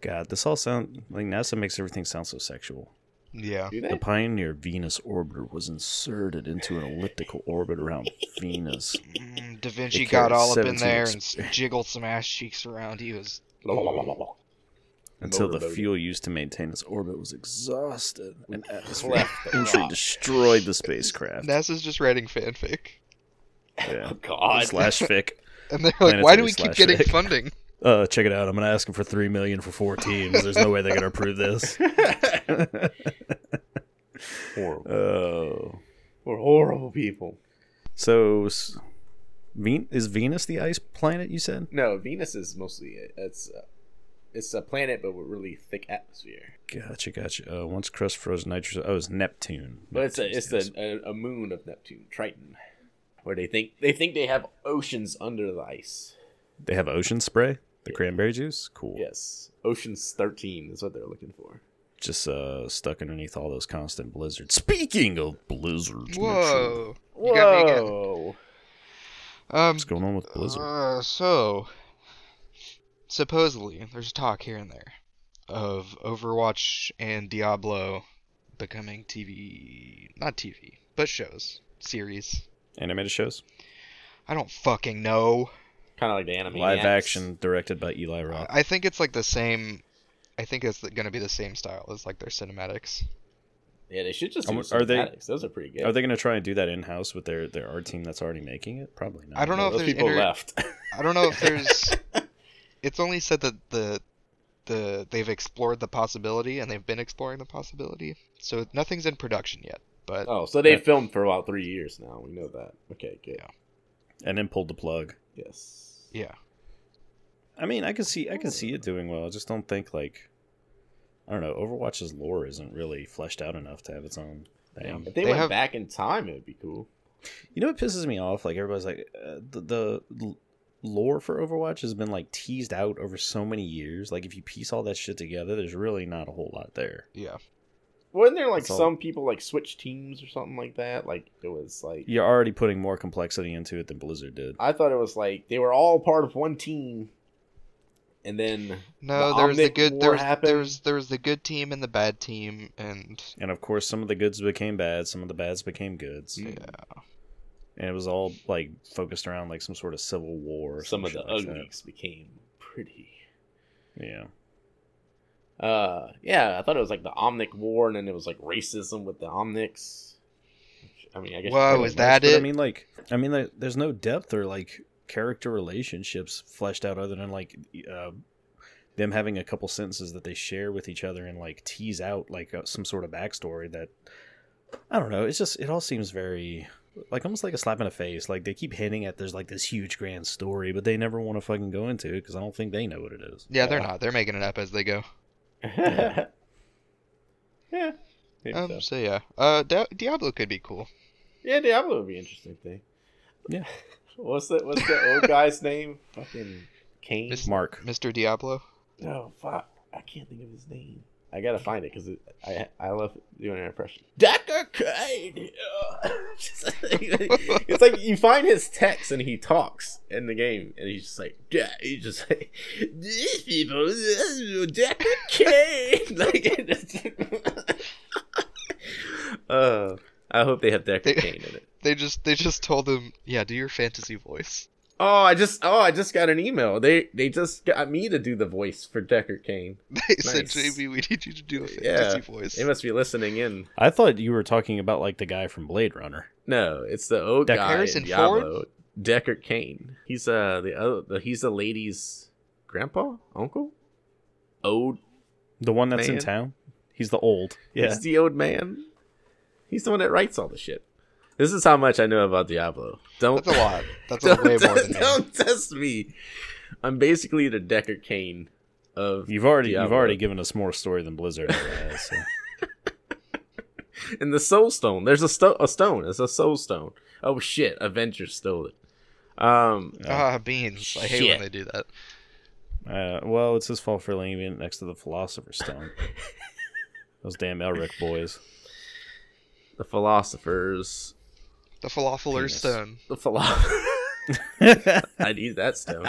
Speaker 1: God, this all sound like NASA makes everything sound so sexual.
Speaker 3: Yeah.
Speaker 2: Do
Speaker 1: The
Speaker 2: they?
Speaker 1: Pioneer Venus orbiter was inserted into an elliptical orbit
Speaker 2: (laughs)
Speaker 1: around Venus.
Speaker 3: Mm, da Vinci
Speaker 1: They
Speaker 3: got
Speaker 1: carried
Speaker 3: all up in
Speaker 1: 17
Speaker 3: there and s- jiggled some ass cheeks around. He was.
Speaker 1: until the
Speaker 2: Motorboat.
Speaker 1: fuel used to maintain its orbit was exhausted and atmospheric
Speaker 2: Left the
Speaker 1: entry
Speaker 2: (laughs) rock.
Speaker 1: destroyed the spacecraft.
Speaker 3: NASA's just writing fanfic,
Speaker 1: Yeah.
Speaker 2: Oh, God.
Speaker 1: Slash fic.
Speaker 3: and they're like, "Why do we keep
Speaker 1: Planetary slash (laughs)
Speaker 3: getting
Speaker 1: fic.
Speaker 3: funding?"
Speaker 1: Uh, check it out. I'm gonna ask them for three million for four teams. There's no way they're gonna approve
Speaker 2: (laughs)
Speaker 1: this. (laughs)
Speaker 2: horrible.
Speaker 1: Oh,
Speaker 2: We're horrible people.
Speaker 1: so s- Ven- is Venus the ice planet? You said.
Speaker 2: No, Venus is mostly it. it's uh, it's a planet, but with really thick atmosphere.
Speaker 1: Gotcha, gotcha. Uh, once crust froze nitrogen. Oh, it's Neptune.
Speaker 2: But it's a
Speaker 1: Neptune's
Speaker 2: it's
Speaker 1: the ice.
Speaker 2: a, a, a moon of Neptune, Triton, where they think they think they have oceans under the ice.
Speaker 1: They have ocean spray. The cranberry juice. Cool.
Speaker 2: Yes, oceans thirteen is what they're looking for.
Speaker 1: Just uh, stuck underneath all those constant blizzards. Speaking of blizzards, Mitchell,
Speaker 3: Whoa. You got me again.
Speaker 2: Whoa!
Speaker 3: Um.
Speaker 1: what's going on with blizzard?
Speaker 3: Uh, so, supposedly, there's talk here and there of Overwatch and Diablo becoming TV, not TV, but shows, series.
Speaker 1: Animated shows,
Speaker 3: I don't fucking know.
Speaker 2: Kind of like the anime.
Speaker 1: live action, directed by Eli
Speaker 3: I-
Speaker 1: Roth.
Speaker 3: I think it's like the same. I think it's going to be the same style as like their cinematics.
Speaker 2: Yeah, they should just.
Speaker 1: Um,
Speaker 2: Do
Speaker 1: are they-
Speaker 2: cinematics. Those are
Speaker 3: Uh,
Speaker 2: pretty good.
Speaker 1: Are they going to try and do that in house with their their art team that's already making it? Probably not.
Speaker 3: I don't know if
Speaker 2: Those
Speaker 3: there's
Speaker 2: people
Speaker 3: inter-
Speaker 2: left.
Speaker 3: I don't know if there's. it's only said that the the they've explored the possibility and they've been exploring the possibility. So nothing's in production yet, but
Speaker 2: oh, so they
Speaker 1: Yeah.
Speaker 2: filmed for about three years now. We know that. Okay, good.
Speaker 1: And then pulled the plug.
Speaker 2: Yes.
Speaker 3: yeah.
Speaker 1: I mean, I can see I
Speaker 2: Hmm.
Speaker 1: can see it doing well. I just don't think like I don't know. Overwatch's lore isn't really fleshed out enough to have its own thing.
Speaker 2: If they,
Speaker 3: They
Speaker 2: went
Speaker 3: have-
Speaker 2: back in time, it would be cool.
Speaker 1: You know what pisses me off? Like everybody's like uh, the, the l- lore for Overwatch has been like teased out over so many years. Like if you piece all that shit together, there's really not a whole lot there.
Speaker 3: Yeah.
Speaker 2: Wasn't there like
Speaker 1: That's all.
Speaker 2: some people like switch teams or something like that? Like it was like
Speaker 1: You're already putting more complexity into it than Blizzard did.
Speaker 2: I thought it was like they were all part of one team, and then
Speaker 3: No,
Speaker 2: The
Speaker 3: there was the
Speaker 2: Omnic
Speaker 3: good.
Speaker 2: War
Speaker 3: There was,
Speaker 2: happened.
Speaker 3: there was there was the good team and the bad team, and
Speaker 1: And of course, some of the goods became bad, some of the bads became goods,
Speaker 2: Mm.
Speaker 1: and it was all like focused around like some sort of civil war. Or
Speaker 2: some
Speaker 1: some
Speaker 2: of the
Speaker 1: shit like that.
Speaker 2: uglies became pretty.
Speaker 1: Yeah,
Speaker 2: Uh, yeah, I thought it was like the Omnic War, and then it was like racism with the Omnics. I mean, I guess.
Speaker 3: Whoa,
Speaker 2: yeah,
Speaker 3: Oh, is that
Speaker 1: But I
Speaker 3: it?
Speaker 1: mean, like, I mean, like, there's no depth or like character relationships fleshed out other than like uh, them having a couple sentences that they share with each other and like tease out like uh, some sort of backstory that I don't know. It's just it all seems very like almost like a slap in the face. Like they keep hinting at there's like this huge grand story, but they never want to fucking go into it because I don't think they know what it is. Uh,
Speaker 3: yeah, they're
Speaker 2: Yeah.
Speaker 3: not. They're making it up as they go.
Speaker 2: (laughs) yeah. yeah. maybe
Speaker 3: Um,
Speaker 2: so.
Speaker 3: so. yeah, uh, Di- Diablo could be cool.
Speaker 2: Yeah, Diablo would be an interesting thing.
Speaker 1: Yeah.
Speaker 2: (laughs) What's that? What's the old guy's name? Fucking Kane.
Speaker 3: Mis-
Speaker 1: Mark,
Speaker 3: Mr. Diablo.
Speaker 2: No, fuck. I can't think of his name. I gotta find it because I I love doing an impression. Dr. Crane. (laughs) it's like you find his text and he talks in the game and he's just like yeah, he's just like these people (laughs) this is Dr. Crane. (laughs) like it's- (laughs) uh, I hope they have Dr.
Speaker 3: They-
Speaker 2: Kane in it.
Speaker 3: They just they just told them, yeah, do your fantasy voice. (laughs)
Speaker 2: Oh, I just oh I just got an email. They they just got me to do the voice for Decker Kane.
Speaker 3: They said,
Speaker 2: Nice.
Speaker 3: JB, we need you to do a
Speaker 2: Yeah.
Speaker 3: fantasy voice.
Speaker 2: They must be listening in.
Speaker 1: I thought you were talking about like the guy from Blade Runner.
Speaker 2: No, it's the old
Speaker 1: Deckard.
Speaker 2: guy
Speaker 3: Harrison
Speaker 2: in Diablo, Deckard Kane. He's uh the other the, he's the lady's grandpa, uncle, old.
Speaker 1: The one that's in
Speaker 2: Man.
Speaker 1: town. He's the old. Yeah.
Speaker 2: He's the old man. He's the one that writes all the shit. This is how much I know about Diablo. Don't
Speaker 3: That's a
Speaker 2: (laughs)
Speaker 3: lot. That's a
Speaker 2: don't,
Speaker 3: way more than that.
Speaker 2: don't test me. I'm basically the Deckard Kane of
Speaker 1: You've already you've
Speaker 2: Diablo.
Speaker 1: already given us more story than Blizzard ever has. so.
Speaker 2: And the Soul Stone. There's a, sto- a stone. It's a Soul Stone. Oh shit! Avengers stole it. Um.
Speaker 1: Yeah.
Speaker 3: Ah, beans. I hate
Speaker 2: Shit.
Speaker 3: when they do that.
Speaker 1: Uh, well, it's his fault for leaving it next to the Philosopher's Stone. Those damn Elric boys.
Speaker 2: The philosophers.
Speaker 3: The
Speaker 1: Penis.
Speaker 3: falafeler's stone.
Speaker 2: The philo- (laughs) I need that stone.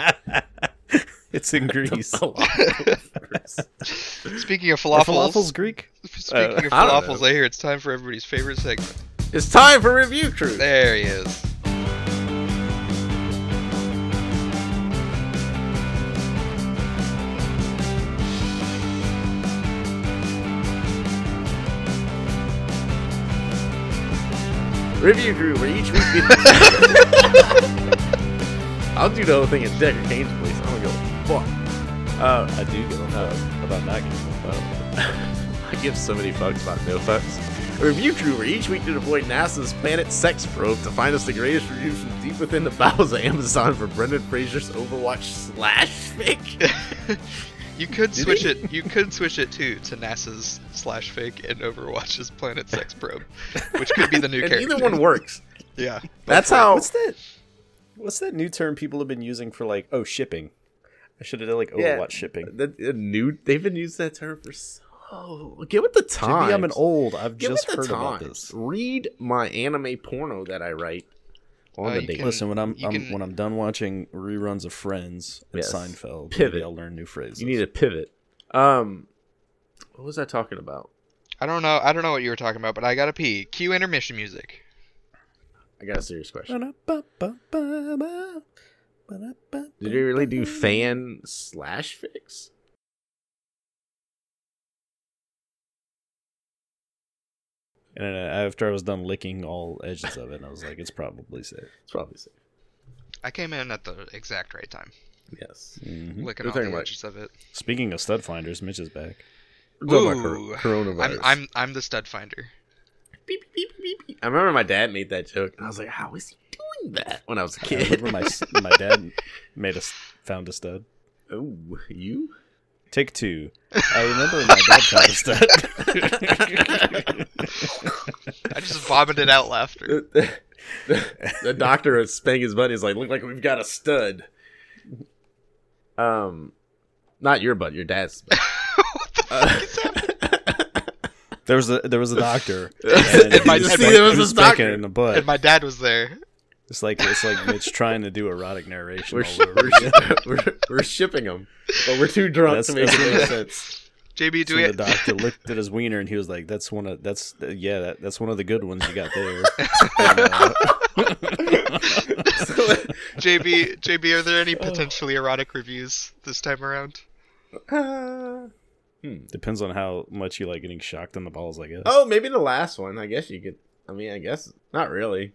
Speaker 1: (laughs) it's in Greece.
Speaker 2: Philosophers.
Speaker 3: Speaking of
Speaker 1: Are
Speaker 3: falafels,
Speaker 1: falafels Greek?
Speaker 3: (laughs) speaking of
Speaker 2: uh, I don't
Speaker 3: falafels, I hear it's time for everybody's favorite segment.
Speaker 2: it's time for review crew.
Speaker 3: There he is.
Speaker 2: Review crew, where each week
Speaker 1: (laughs)
Speaker 2: we. I'll do the whole thing in Decker Kane's place. I don't give a fuck. Uh,
Speaker 1: Oh, I do give a fuck about not giving a fuck.
Speaker 2: (laughs) I give so many fucks about no fucks. A review crew, where each week to deploy NASA's planet sex probe to find us the greatest reviews from deep within the bowels of Amazon for Brendan Fraser's Overwatch slash fic.
Speaker 3: You could
Speaker 2: Did
Speaker 3: switch
Speaker 2: he?
Speaker 3: it. You could switch it too to NASA's slash fake and Overwatch's Planet Sex Probe, which could be the
Speaker 2: (laughs)
Speaker 3: new
Speaker 2: And
Speaker 3: character.
Speaker 2: either one works.
Speaker 3: Yeah.
Speaker 2: That's how.
Speaker 1: What's that? What's that new term people have been using for like oh shipping? I should have done like Overwatch
Speaker 2: Yeah.
Speaker 1: shipping.
Speaker 2: That uh, nude. They've been using that term for so. Give it the time.
Speaker 1: Maybe I'm an old. I've
Speaker 2: Give
Speaker 1: just
Speaker 2: it the
Speaker 1: heard
Speaker 2: time.
Speaker 1: about this.
Speaker 2: Read my anime porno that I write on
Speaker 3: Uh,
Speaker 2: the
Speaker 3: you
Speaker 2: date.
Speaker 3: can-
Speaker 1: Listen, when I'm,
Speaker 3: you
Speaker 1: I'm
Speaker 3: can-
Speaker 1: when I'm done watching reruns of Friends and
Speaker 2: Yes.
Speaker 1: Seinfeld,
Speaker 2: Pivot.
Speaker 1: maybe I'll learn new phrases.
Speaker 2: You need to pivot. Um, what was I talking about?
Speaker 3: I don't know. I don't know what you were talking about, but I gotta pee. Cue intermission music.
Speaker 2: I got a serious question. Did
Speaker 1: Did
Speaker 2: you really do fan slash fix?
Speaker 1: And then uh, after I was done licking all edges of it, I was like, it's probably safe.
Speaker 2: It's probably safe.
Speaker 3: I came in at the exact right time.
Speaker 2: Yes.
Speaker 1: Mhm.
Speaker 2: We're Hmm?
Speaker 3: Looking at all
Speaker 2: talking
Speaker 3: the
Speaker 2: about-
Speaker 3: edges of it.
Speaker 1: Speaking of stud finders, Mitch is back.
Speaker 2: Talking about cor-
Speaker 3: Ooh. I'm
Speaker 2: coronavirus.
Speaker 3: I'm I'm the stud finder.
Speaker 2: Beep, beep, beep, beep, beep. I remember my dad made that joke, and I was like, "How is he doing that?" When I was a
Speaker 1: I
Speaker 2: kid.
Speaker 1: remember my my dad made us found a stud.
Speaker 2: (laughs) Oh, you?
Speaker 1: Take two. I remember my dad taught us that.
Speaker 3: I just vomited out laughter.
Speaker 2: (laughs)
Speaker 3: (laughs)
Speaker 2: the, the- the doctor is spanking his butt. He's like, "Look like we've got a stud." Um, not your butt, your
Speaker 1: (laughs)
Speaker 2: dad's. Butt.
Speaker 3: what the
Speaker 2: Uh,
Speaker 3: fuck is happening?
Speaker 1: (laughs) there was a there was a doctor.
Speaker 2: And
Speaker 1: he
Speaker 3: my-
Speaker 1: was
Speaker 3: and
Speaker 1: spank-
Speaker 3: my-
Speaker 2: there was
Speaker 1: he
Speaker 2: this
Speaker 1: spanking
Speaker 2: doctor.
Speaker 1: in the butt.
Speaker 3: And my dad was there.
Speaker 1: it's like it's like Mitch trying to do erotic narration. (laughs)
Speaker 2: we're,
Speaker 1: all
Speaker 2: sh-
Speaker 1: over
Speaker 2: we're,
Speaker 1: again.
Speaker 2: sh- (laughs) we're, we're shipping them, but we're too
Speaker 1: That's-
Speaker 2: drunk
Speaker 1: (laughs)
Speaker 2: to make
Speaker 1: that's
Speaker 2: it
Speaker 1: what
Speaker 2: make
Speaker 1: it
Speaker 2: sense. (laughs)
Speaker 3: JB,
Speaker 1: So
Speaker 3: do we?
Speaker 1: the
Speaker 3: (laughs)
Speaker 1: doctor looked at his wiener and he was like, "That's one of that's yeah, that, that's one of the good ones you got
Speaker 2: (laughs)
Speaker 1: there."
Speaker 2: So-
Speaker 3: JB, JB, are there any
Speaker 2: Oh.
Speaker 3: potentially erotic reviews this time around?
Speaker 2: uh,
Speaker 1: Depends on how much you like getting shocked in the balls, I guess.
Speaker 2: oh, maybe the last one. I guess you could. I mean, I guess not really.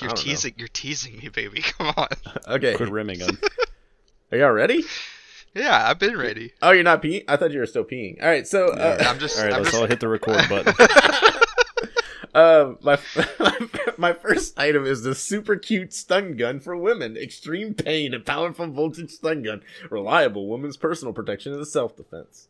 Speaker 3: You're
Speaker 2: don't know.
Speaker 3: teasing. You're teasing me, baby. (laughs) Come on.
Speaker 2: Okay,
Speaker 1: Quit rimming (laughs) him.
Speaker 2: are y'all ready?
Speaker 3: Yeah, I've been ready.
Speaker 2: Oh, you're not peeing. I thought you were still peeing. All right, so. Uh,
Speaker 1: Yeah.
Speaker 3: I'm just.
Speaker 1: All right,
Speaker 3: I'm
Speaker 1: let's
Speaker 3: just.
Speaker 1: all hit the (laughs) record button.
Speaker 2: Uh, my (laughs) my first item is the super cute stun gun for women. Extreme pain, a powerful voltage stun gun, reliable woman's personal protection and self defense.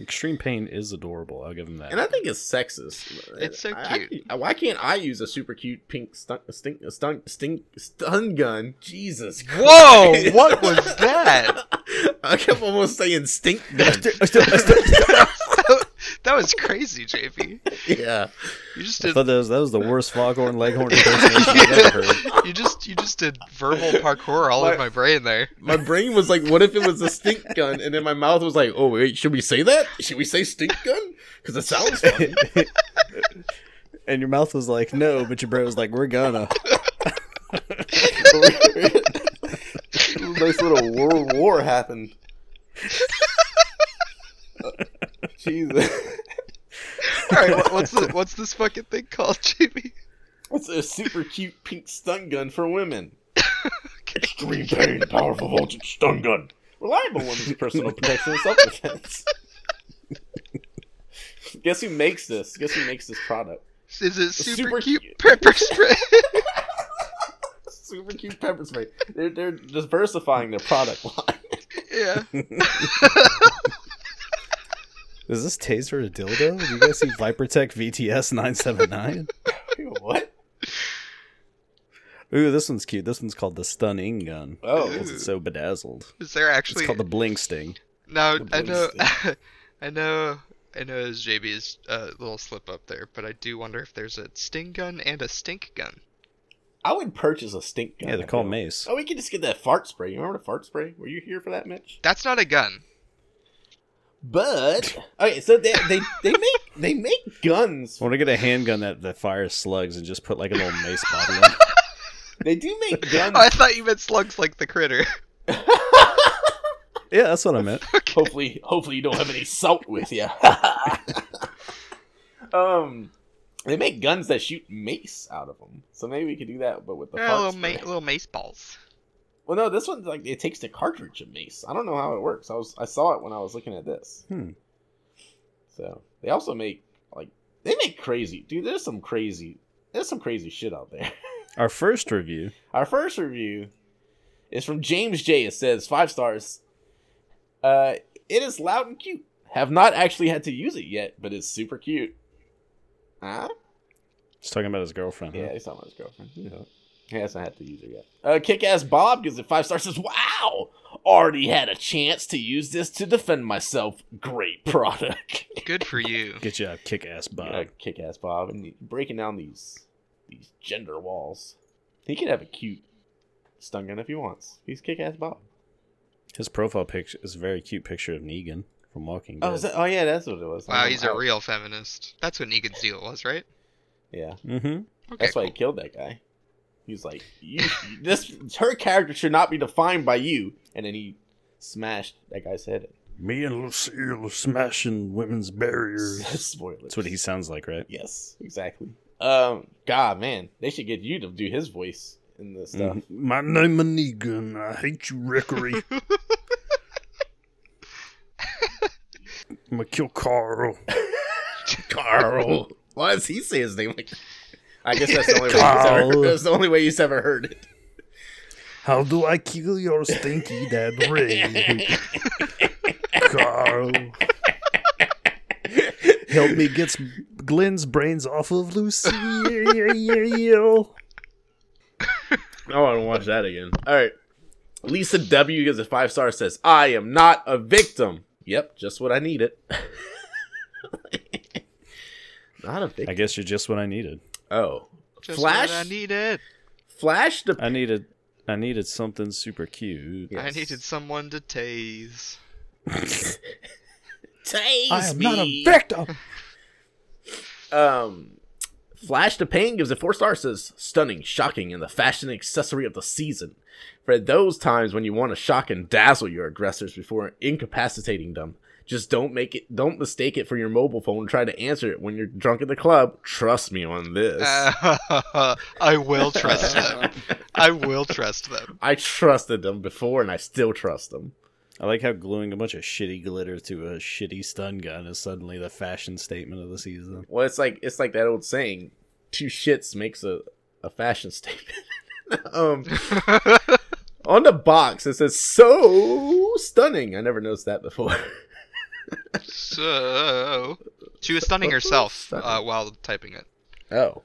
Speaker 1: Extreme pain is adorable. I'll give him that.
Speaker 2: And I think it's sexist.
Speaker 3: It's so
Speaker 2: I- I-
Speaker 3: cute.
Speaker 2: I- why can't I use a super cute pink stun stink, stun stink, stun gun? Jesus. (laughs) Christ.
Speaker 1: (laughs)
Speaker 3: (laughs) Whoa! What was that? (laughs)
Speaker 2: I kept almost saying stink gun.
Speaker 1: (laughs)
Speaker 3: that was crazy, JB.
Speaker 2: yeah.
Speaker 3: You just
Speaker 1: I
Speaker 3: did.
Speaker 1: thought that was, that was the worst foghorn leghorn impersonation I've ever (laughs) heard.
Speaker 3: You just. You just did verbal parkour all
Speaker 2: My-
Speaker 3: in my brain there.
Speaker 2: My brain was like, what if it was a stink gun? And then my mouth was like, oh, wait, should we say that? Should we say stink gun? Because it sounds funny.
Speaker 1: And your mouth was like, no, but your brain was like, we're gonna.
Speaker 2: (laughs) nice little world war (laughs) happened. Jesus.
Speaker 3: All right. What, what's the, What's this fucking thing called, (laughs) JB?
Speaker 2: It's a super cute pink stun gun for women.
Speaker 3: Okay.
Speaker 2: Extreme pain, powerful voltage stun gun. Reliable woman's personal protection and self-defense. Guess who makes this? Guess who makes this product?
Speaker 3: Is it super,
Speaker 2: super
Speaker 3: cute,
Speaker 2: cute.
Speaker 3: pepper spray? (laughs)
Speaker 2: Super cute pepper spray. They're, they're diversifying their product line.
Speaker 1: (laughs)
Speaker 3: yeah.
Speaker 1: Does this taser a dildo? Do you guys see Vipertech VTS 979?
Speaker 2: (laughs) what?
Speaker 1: (laughs) Ooh, this one's cute. This one's called the Stunning Gun.
Speaker 2: Oh,
Speaker 1: Because it's so bedazzled.
Speaker 3: Is there
Speaker 1: It's
Speaker 3: actually?
Speaker 1: called the Bling Sting.
Speaker 3: No,
Speaker 2: The
Speaker 3: I know,
Speaker 2: balloons
Speaker 3: (laughs) I know, I know. It's JB's uh, little slip up there, but I do wonder if there's a sting gun and a stink gun.
Speaker 2: I would purchase a stink gun.
Speaker 1: Yeah, they're
Speaker 2: I
Speaker 1: called
Speaker 2: feel.
Speaker 1: Mace.
Speaker 2: Oh, we could just get that fart spray. You remember the fart spray? Were you here for that, Mitch?
Speaker 3: That's not a gun.
Speaker 2: But okay, so they they, they make they make guns.
Speaker 1: I want to get a handgun that, that fires slugs and just put like a little mace bottle (laughs) in.
Speaker 2: They do
Speaker 3: (laughs)
Speaker 2: make
Speaker 3: Oh,
Speaker 2: guns.
Speaker 3: I thought you meant slugs like the critter.
Speaker 1: Yeah, that's what I meant.
Speaker 2: hopefully, hopefully you don't have any salt with
Speaker 3: (laughs)
Speaker 2: you. um, they make guns that shoot mace out of them. So maybe we could do that, but with the
Speaker 3: Yeah,
Speaker 2: fart
Speaker 3: little, Oh, ma-
Speaker 2: spray.
Speaker 3: little mace balls.
Speaker 2: Well, no, this one's like it takes the cartridge of mace. I don't know how it works. I was I saw it when I was looking at this.
Speaker 1: Hmm.
Speaker 2: So they also make like they make crazy dude. There's some crazy. There's some crazy shit out there. (laughs)
Speaker 1: Our first review.
Speaker 2: Our first review is from James J. It says five stars. Uh, it is loud and cute. Have not actually had to use it yet, but it's super cute. Ah. Huh?
Speaker 1: He's talking about his girlfriend. huh?
Speaker 2: Yeah, he's talking about his girlfriend. You know. He hasn't had to use her yet. Uh, Kick ass Bob gives it five stars. Says, "Wow, already had a chance to use this to defend myself. Great (laughs) product."
Speaker 3: Good for you.
Speaker 1: Good job, kick ass Bob.
Speaker 2: Kick ass Bob and breaking down these these gender walls. He could have a cute stun gun if he wants. He's kick ass Bob.
Speaker 1: His profile picture is a very cute picture of Negan from Walking Dead.
Speaker 2: Oh, is that, oh yeah, that's what it was.
Speaker 3: Wow,
Speaker 2: Um,
Speaker 3: he's a
Speaker 2: I-
Speaker 3: real feminist. That's what Negan's deal was, right?
Speaker 2: Yeah,
Speaker 1: Mm-hmm.
Speaker 3: Okay,
Speaker 2: that's why he
Speaker 3: cool.
Speaker 2: killed that guy. He's like, (laughs) you, you- this her character should not be defined by you. And then he smashed that guy's head.
Speaker 1: Me and Lucille are smashing women's
Speaker 2: (laughs)
Speaker 1: barriers.
Speaker 2: Spoilers.
Speaker 1: That's what he sounds like, right?
Speaker 2: Yes, exactly. Um, God, man, they should get you to do his voice in this stuff.
Speaker 1: Mhm. My name is Negan. I hate you, Rickery. I'm gonna kill Carl.
Speaker 2: (laughs) Carl. Why does he say his name like? I guess that's the only way.
Speaker 1: Carl.
Speaker 2: He's ever, that's the only way he's ever heard it.
Speaker 1: How do I kill your stinky dead ring? (laughs) Carl. Help me get Glenn's brains off of Lucy.
Speaker 2: (laughs) I want to watch that again. All right. Lisa W gives a five star says, I am not a victim. Yep, just what I needed. (laughs) not
Speaker 1: I
Speaker 2: a victim.
Speaker 1: guess you're just what I needed.
Speaker 2: Oh.
Speaker 3: Just
Speaker 2: Flash?
Speaker 3: what I needed.
Speaker 2: Flash the
Speaker 1: I needed I needed something super cute.
Speaker 2: Yeah.
Speaker 3: I
Speaker 2: Yes.
Speaker 3: needed someone to tase.
Speaker 2: Tase
Speaker 1: I am not a
Speaker 2: me.
Speaker 1: victim.
Speaker 2: Um, Flash to Pain gives it four stars. Says stunning, shocking, and the fashion accessory of the season. For those times when you want to shock and dazzle your aggressors before incapacitating them, just don't make it. Don't mistake it for your mobile phone. and Try to answer it when you're drunk at the club. Trust me on this.
Speaker 3: (laughs) Uh. I will
Speaker 2: (laughs)
Speaker 3: trust them. I will trust them. (laughs)
Speaker 2: I trusted them before, and I still trust them.
Speaker 1: I like how gluing a bunch of shitty glitter to a shitty stun gun is suddenly the fashion statement of the season.
Speaker 2: Well, it's like it's like that old saying: two shits makes a a fashion statement. (laughs) um. on the box it says so stunning i never noticed that before (laughs)
Speaker 3: so she was stunning herself uh, while typing it.
Speaker 2: oh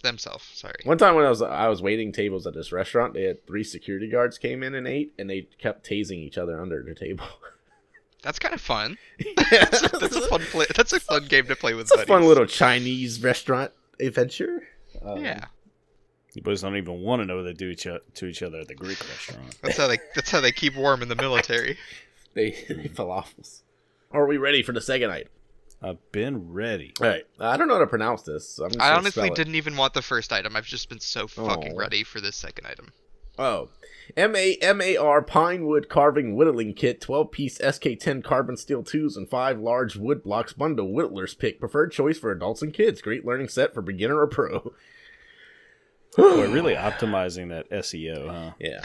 Speaker 3: Themself, sorry.
Speaker 2: one time when i was i was waiting tables at this restaurant they had three security guards came in and ate and they kept tasing each other under their table (laughs)
Speaker 3: That's kind of fun. (laughs) that's, a, that's a fun play. That's a fun game to play with.
Speaker 2: it's a fun
Speaker 3: buddies.
Speaker 2: little chinese restaurant adventure Um,
Speaker 3: Yeah,
Speaker 1: You boys don't even want to know what they do each o- to each other at the Greek restaurant.
Speaker 3: that's how they. That's how they keep warm in the military.
Speaker 2: they (laughs) they falafels are we ready for the second item
Speaker 1: I've been ready.
Speaker 2: all right i don't know how to pronounce this so I'm just
Speaker 3: I
Speaker 2: gonna
Speaker 3: honestly
Speaker 2: spell it.
Speaker 3: didn't even want the first item. I've just been so fucking
Speaker 2: Oh.
Speaker 3: ready for this second item.
Speaker 2: Oh. M A M A R pine wood carving whittling kit, 12 piece SK 10 carbon steel 2s, and 5 large wood blocks bundle. Whittler's pick. Preferred choice for adults and kids. Great learning set for beginner
Speaker 1: (gasps)
Speaker 2: or pro.
Speaker 1: We're really optimizing that SEO, huh?
Speaker 2: Yeah.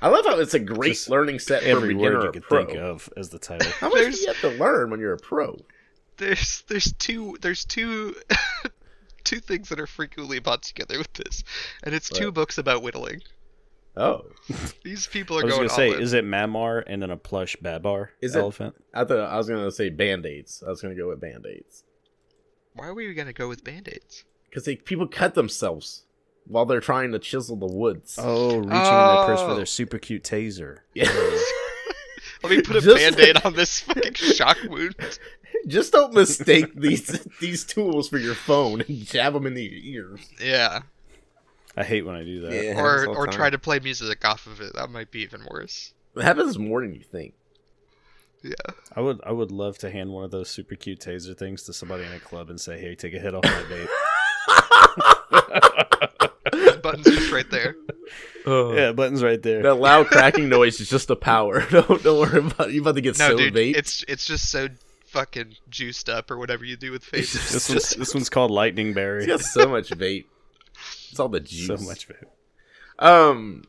Speaker 2: I love how it's a great
Speaker 1: Just
Speaker 2: learning set for
Speaker 1: Every
Speaker 2: beginner
Speaker 1: word
Speaker 2: or
Speaker 1: you could
Speaker 2: pro.
Speaker 1: think of as the title.
Speaker 2: How much do
Speaker 3: There's-
Speaker 2: you have to learn when you're a pro?
Speaker 3: There's there's two there's two (laughs) two things that are frequently bought together with this, and it's two
Speaker 2: What?
Speaker 3: books about whittling.
Speaker 2: Oh.
Speaker 3: These people
Speaker 1: I
Speaker 3: are
Speaker 1: was
Speaker 3: going
Speaker 1: gonna say,
Speaker 3: all in.
Speaker 1: is it Mamar and then a plush Babar
Speaker 2: Is it-
Speaker 1: elephant?
Speaker 2: I thought I was going to say band aids. I was going to go with band aids.
Speaker 3: Why are we gonna go with band-aids?
Speaker 2: Because people cut themselves while they're trying to chisel the woods.
Speaker 1: Oh, reaching in their purse for
Speaker 3: Oh.
Speaker 1: their super cute taser. Hmm.
Speaker 2: Yeah.
Speaker 3: Let
Speaker 2: (laughs)
Speaker 3: me put a
Speaker 2: Just-
Speaker 3: band-aid on this fucking shock wound.
Speaker 2: Just don't mistake these (laughs) these tools for your phone and jab them in your ears.
Speaker 3: Yeah.
Speaker 1: I hate when I do that.
Speaker 2: Yeah. It happens
Speaker 3: Or
Speaker 2: all the
Speaker 3: or
Speaker 2: time.
Speaker 3: try to play music off of it. That might be even worse.
Speaker 2: It happens more than you think.
Speaker 3: Yeah.
Speaker 1: I would I would love to hand one of those super cute taser things to somebody in a club and say, "Hey, take a hit off my date."
Speaker 3: The button's just right there.
Speaker 1: yeah, button's right there.
Speaker 2: (laughs) That loud cracking noise is just the power. (laughs) Don't don't worry about it. You about to get
Speaker 3: No,
Speaker 2: so
Speaker 3: dude,
Speaker 2: vape.
Speaker 3: it's it's just so fucking juiced up or whatever you do with faces.
Speaker 1: This one's this one's called Lightning
Speaker 2: It's
Speaker 1: Berry.
Speaker 2: got so much vape. It's all the juice.
Speaker 1: So much better.
Speaker 2: Um.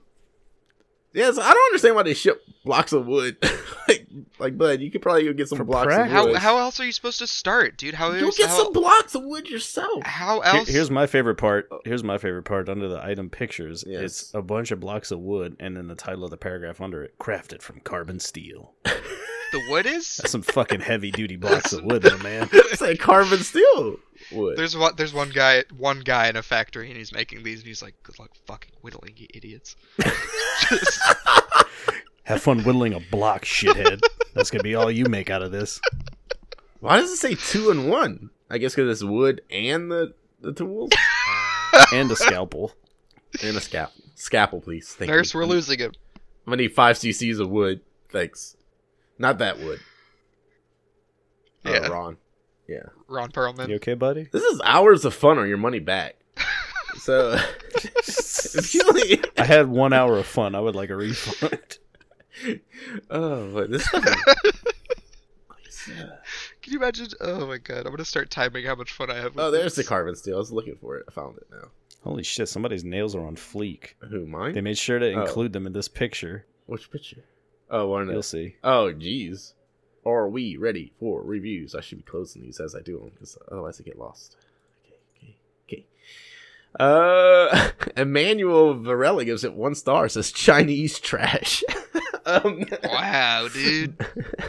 Speaker 2: Yes, I don't understand why they ship blocks of wood. (laughs) like, like, bud, you could probably go get some
Speaker 1: For
Speaker 2: blocks
Speaker 1: practice.
Speaker 2: of wood.
Speaker 3: how how else are you supposed to start, dude? How
Speaker 2: Go
Speaker 3: is
Speaker 2: get
Speaker 3: how,
Speaker 2: some blocks of wood yourself.
Speaker 3: (laughs) how
Speaker 1: Here-
Speaker 3: else?
Speaker 1: here's my favorite part. Here's my favorite part under the item pictures.
Speaker 2: Yes.
Speaker 1: It's a bunch of blocks of wood, and then the title of the paragraph under it: "Crafted from carbon steel."
Speaker 3: the
Speaker 2: (laughs)
Speaker 3: wood is.
Speaker 1: That's some fucking heavy duty blocks of wood, though, man.
Speaker 2: It's like carbon steel wood.
Speaker 3: There's one. There's one guy. One guy in a factory, and he's making these, and he's like, "Good luck, fucking whittling, you
Speaker 2: (laughs)
Speaker 3: idiots." (laughs) Just-
Speaker 1: Have fun whittling a block, shithead. That's gonna be all you make out of this.
Speaker 2: Why does it say two and one? I guess because it's wood and the, the tools
Speaker 1: And a scalpel.
Speaker 2: and a scalpel. Scalpel, please. Thank
Speaker 3: nurse,
Speaker 2: you.
Speaker 3: we're losing him.
Speaker 2: I'm gonna need five cc's of wood. Thanks. Not that wood. Uh,
Speaker 3: Yeah.
Speaker 2: Ron.
Speaker 3: Ron Perlman.
Speaker 1: You okay,
Speaker 2: (laughs)
Speaker 1: buddy?
Speaker 2: This is hours of fun or your money back. So (laughs) if you only-
Speaker 1: I had one hour of fun. I would like a refund. (laughs)
Speaker 2: oh, but this.
Speaker 3: Can you imagine? Oh my god, I'm gonna start timing how much fun I have. With
Speaker 2: oh, there's the
Speaker 3: this.
Speaker 2: carbon steel. I was looking for it. I found it now.
Speaker 1: Holy shit! Somebody's nails are on fleek.
Speaker 2: Who mine?
Speaker 1: They made sure to
Speaker 2: Oh.
Speaker 1: include them in this picture.
Speaker 2: Which picture? Oh, one of
Speaker 1: You'll
Speaker 2: those.
Speaker 1: see.
Speaker 2: Oh, jeez. Are we ready for reviews? I should be closing these as I do them because otherwise I get lost. Okay, okay, okay. Uh, (laughs) Emmanuel Varela gives it one star. Says Chinese trash. (laughs) um,
Speaker 3: (laughs) Wow, dude.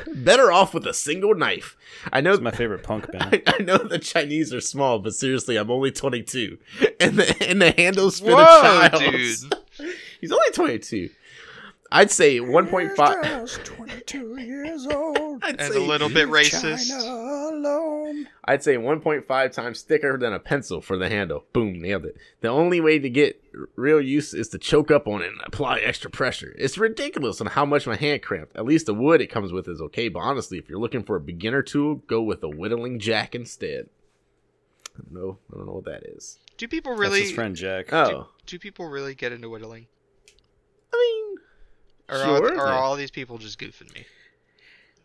Speaker 2: (laughs) better off with a single knife. I know
Speaker 1: It's my favorite punk band.
Speaker 2: (laughs) I, I know the Chinese are small, but seriously, I'm only 22, (laughs) and the and the handle's been a
Speaker 3: Whoa,
Speaker 2: child.
Speaker 3: dude.
Speaker 2: (laughs) He's only 22. I'd say 1.5.
Speaker 1: Twenty-two years old.
Speaker 2: (laughs) I'd
Speaker 3: And
Speaker 2: say,
Speaker 3: a little bit racist.
Speaker 1: alone.
Speaker 2: I'd say 1.5 times thicker than a pencil for the handle. Boom, nailed it. The only way to get r- real use is to choke up on it and apply extra pressure. It's ridiculous on how much my hand cramped. At least the wood it comes with is okay, but honestly, if you're looking for a beginner tool, go with a whittling jack instead. No, I don't know what that is.
Speaker 3: Do people
Speaker 1: That's
Speaker 3: really
Speaker 1: his friend Jack.
Speaker 2: Oh,
Speaker 3: do people really get into whittling?
Speaker 2: I mean,
Speaker 3: Or
Speaker 2: Sure.
Speaker 3: are, are all these people just goofing me?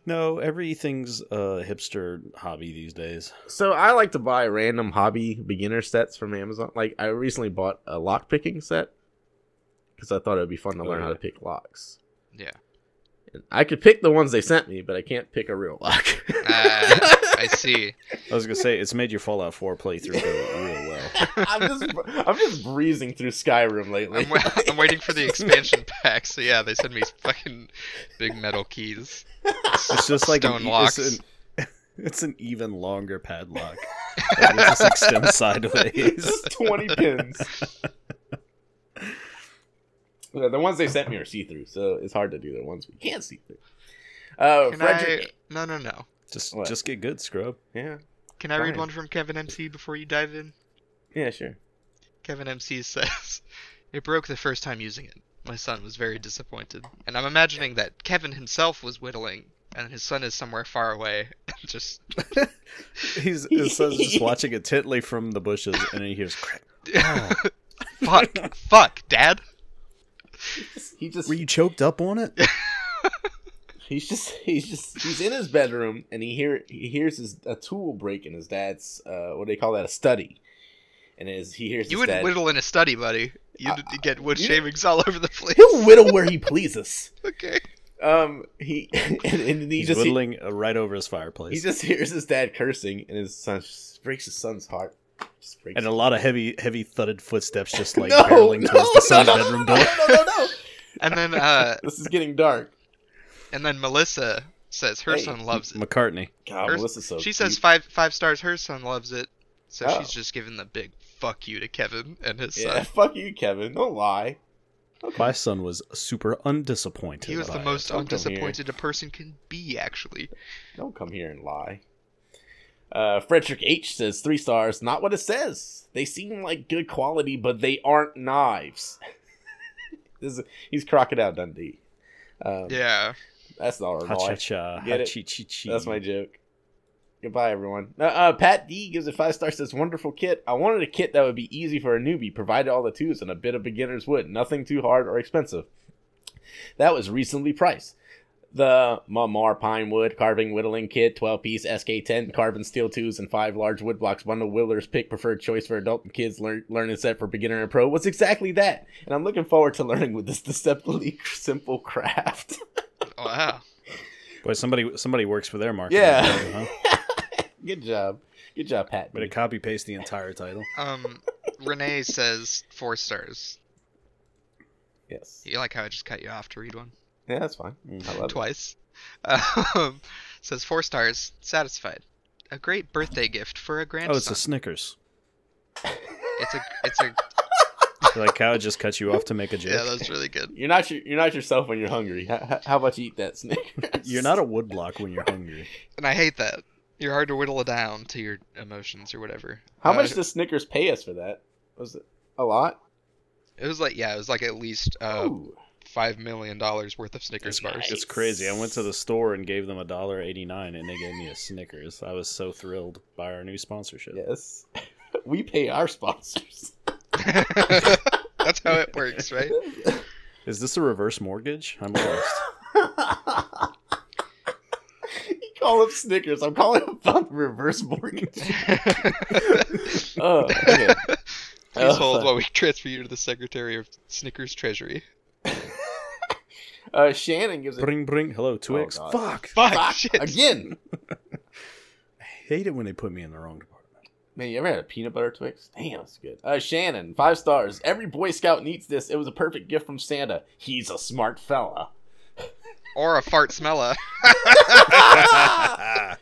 Speaker 1: No, everything's a hipster hobby these days.
Speaker 2: So I like to buy random hobby beginner sets from Amazon. Like I recently bought a lock picking set because I thought it would be fun to
Speaker 1: Oh,
Speaker 2: learn how
Speaker 1: yeah.
Speaker 2: to pick locks.
Speaker 3: Yeah.
Speaker 2: And I could pick the ones they sent me, but I can't pick a real lock.
Speaker 3: Ah,
Speaker 2: (laughs)
Speaker 3: I see.
Speaker 1: I was gonna say it's made your Fallout Four playthrough go real
Speaker 2: (laughs)
Speaker 1: well.
Speaker 2: I'm just I'm just breezing through Skyrim
Speaker 1: (laughs)
Speaker 2: lately.
Speaker 3: I'm, wa- I'm waiting for the expansion (laughs) pack. So yeah, they send me fucking big metal keys. (laughs)
Speaker 1: It's just like an,
Speaker 3: Stone
Speaker 1: e-, (laughs)
Speaker 3: locks.
Speaker 1: It's an, it's an even longer padlock. Like, it just
Speaker 2: (laughs)
Speaker 1: extends sideways.
Speaker 2: Just 20 pins. Yeah, the ones they sent me are see through, so it's hard to do the ones we can't see through. Uh,
Speaker 3: Can
Speaker 2: Frederick.
Speaker 3: I? No, no, no.
Speaker 1: Just
Speaker 2: What?
Speaker 1: just get good, scrub.
Speaker 2: Yeah.
Speaker 3: Can I read
Speaker 2: Fine.
Speaker 3: one from Kevin MC before you dive in?
Speaker 2: Yeah, sure.
Speaker 3: Kevin MC (laughs) says, It broke the first time using it. My son was very disappointed. And I'm imagining that Kevin himself was whittling, and his son is somewhere far away, (laughs) and just
Speaker 1: He's
Speaker 2: (laughs)
Speaker 1: it says just watching it titly from the bushes, and he hears crack. Oh.
Speaker 3: (laughs) fuck, fuck, dad.
Speaker 2: He just
Speaker 1: Were you choked up on it?
Speaker 2: He's just he's just he's in his bedroom and he hear he hears his a tool break in his dad's uh what do they call that a study, and as he hears
Speaker 3: You
Speaker 2: his
Speaker 3: wouldn't
Speaker 2: dad,
Speaker 3: whittle in a study, buddy. You'd
Speaker 1: Uh,
Speaker 3: get wood
Speaker 2: you-
Speaker 3: shavings all over
Speaker 1: (laughs)
Speaker 3: the place.
Speaker 2: he'll whittle where he pleases.
Speaker 3: okay.
Speaker 2: Um, he (laughs) and, and he
Speaker 1: He's
Speaker 2: just he,
Speaker 1: whittling uh, right over his fireplace,
Speaker 2: he just hears his dad cursing and his son just breaks his son's heart. Just breaks.
Speaker 1: and a
Speaker 2: his-
Speaker 1: lot of heavy heavy thudded footsteps just like
Speaker 2: no,
Speaker 1: barreling
Speaker 2: no,
Speaker 1: towards the
Speaker 2: no,
Speaker 1: son's
Speaker 2: no, no, no,
Speaker 1: bedroom
Speaker 2: no,
Speaker 1: door.
Speaker 2: no, no, no.
Speaker 3: And then, uh,
Speaker 2: (laughs) This is getting dark.
Speaker 3: and then Melissa says her
Speaker 2: Hey,
Speaker 3: son loves it.
Speaker 1: McCartney.
Speaker 2: God,
Speaker 3: Her-
Speaker 2: Melissa's so
Speaker 3: She says
Speaker 2: cute.
Speaker 3: five five stars. Her son loves it, so
Speaker 2: Oh.
Speaker 3: she's just giving the big fuck you to Kevin and his
Speaker 2: yeah, (laughs)
Speaker 3: son.
Speaker 2: fuck you, Kevin. Don't lie.
Speaker 1: My son was super undisappointed.
Speaker 3: He was the
Speaker 1: by it.
Speaker 3: most
Speaker 2: Don't come here.
Speaker 3: undisappointed a person can be, actually.
Speaker 2: Don't come here and lie. Uh, Frederick H says three stars. Not what it says. They seem like good quality, but they aren't knives. (laughs) this is, he's Crocodile Dundee. Um,
Speaker 3: Yeah.
Speaker 2: that's not a
Speaker 1: Ha cha
Speaker 2: lie.
Speaker 1: cha,
Speaker 2: Get
Speaker 1: ha
Speaker 2: it?
Speaker 1: chi chi chi.
Speaker 2: That's my joke. Goodbye, everyone. Uh, uh, Pat D gives it five stars. Says wonderful kit. I wanted a kit that would be easy for a newbie, provided all the twos and a bit of beginner's wood. Nothing too hard or expensive. That was reasonably priced. The Mamar Pine Wood Carving Whittling Kit, 12 piece SK10 carving steel twos and five large wood blocks bundle whittlers pick preferred choice for adult and kids learn, learning set for beginner and pro was exactly that. And I'm looking forward to learning with this (laughs) deceptively simple craft. (laughs)
Speaker 3: Oh, Wow.
Speaker 1: Boy, somebody somebody works for their marketing.
Speaker 2: Yeah.
Speaker 1: department, huh?
Speaker 2: Good job. Good job, Pat.
Speaker 1: But it copy paste the entire title.
Speaker 3: Um, Renee says four stars.
Speaker 2: yes.
Speaker 3: You like how I just cut you off to read one
Speaker 2: Yeah, that's fine. I love it.
Speaker 3: twice? (laughs) Um, says four stars. Satisfied. A great birthday gift for a grandson.
Speaker 1: Oh, it's a Snickers.
Speaker 2: Oh,
Speaker 3: it's a it's a
Speaker 1: Like how it just cut you off to make a joke.
Speaker 3: yeah. That's really good.
Speaker 2: You're not your, you're not yourself when you're hungry. How, how about you eat that Snickers?
Speaker 1: You're not a woodblock when you're hungry.
Speaker 3: And I hate that. You're hard to whittle it down to your emotions or whatever.
Speaker 2: How
Speaker 3: Uh,
Speaker 2: much does Snickers pay us for that? Was it a lot?
Speaker 3: It was like yeah. It was like at least uh,
Speaker 2: Ooh.
Speaker 3: five million dollars worth of Snickers bars.
Speaker 1: It's crazy. I went to the store and gave them a dollar eighty nine, and they gave me a Snickers. I was so thrilled by our new sponsorship.
Speaker 2: Yes. (laughs) we pay our sponsors. (laughs)
Speaker 3: (laughs) That's how it works, right?
Speaker 1: Is this a reverse mortgage?
Speaker 2: (laughs)
Speaker 1: I'm lost.
Speaker 2: you call up Snickers. I'm calling up the reverse
Speaker 3: (laughs)
Speaker 2: mortgage. Oh, okay.
Speaker 3: Please
Speaker 2: Oh,
Speaker 3: hold
Speaker 2: fuck.
Speaker 3: while we transfer you to the Secretary of Snickers Treasury.
Speaker 2: Uh, Shannon gives it
Speaker 1: bring bring. Hello, Twix.
Speaker 2: Oh, God.
Speaker 1: Fuck.
Speaker 2: (laughs)
Speaker 3: Fuck,
Speaker 2: Fuck,
Speaker 3: shit.
Speaker 2: again.
Speaker 1: I hate it when they put me in the wrong department.
Speaker 2: Man, you ever had a peanut butter Twix? Damn, that's good. Uh, Shannon, five stars. Every Boy Scout needs this. It was a perfect gift from Santa. He's a smart fella.
Speaker 3: Or a fart smeller.
Speaker 1: (laughs) Got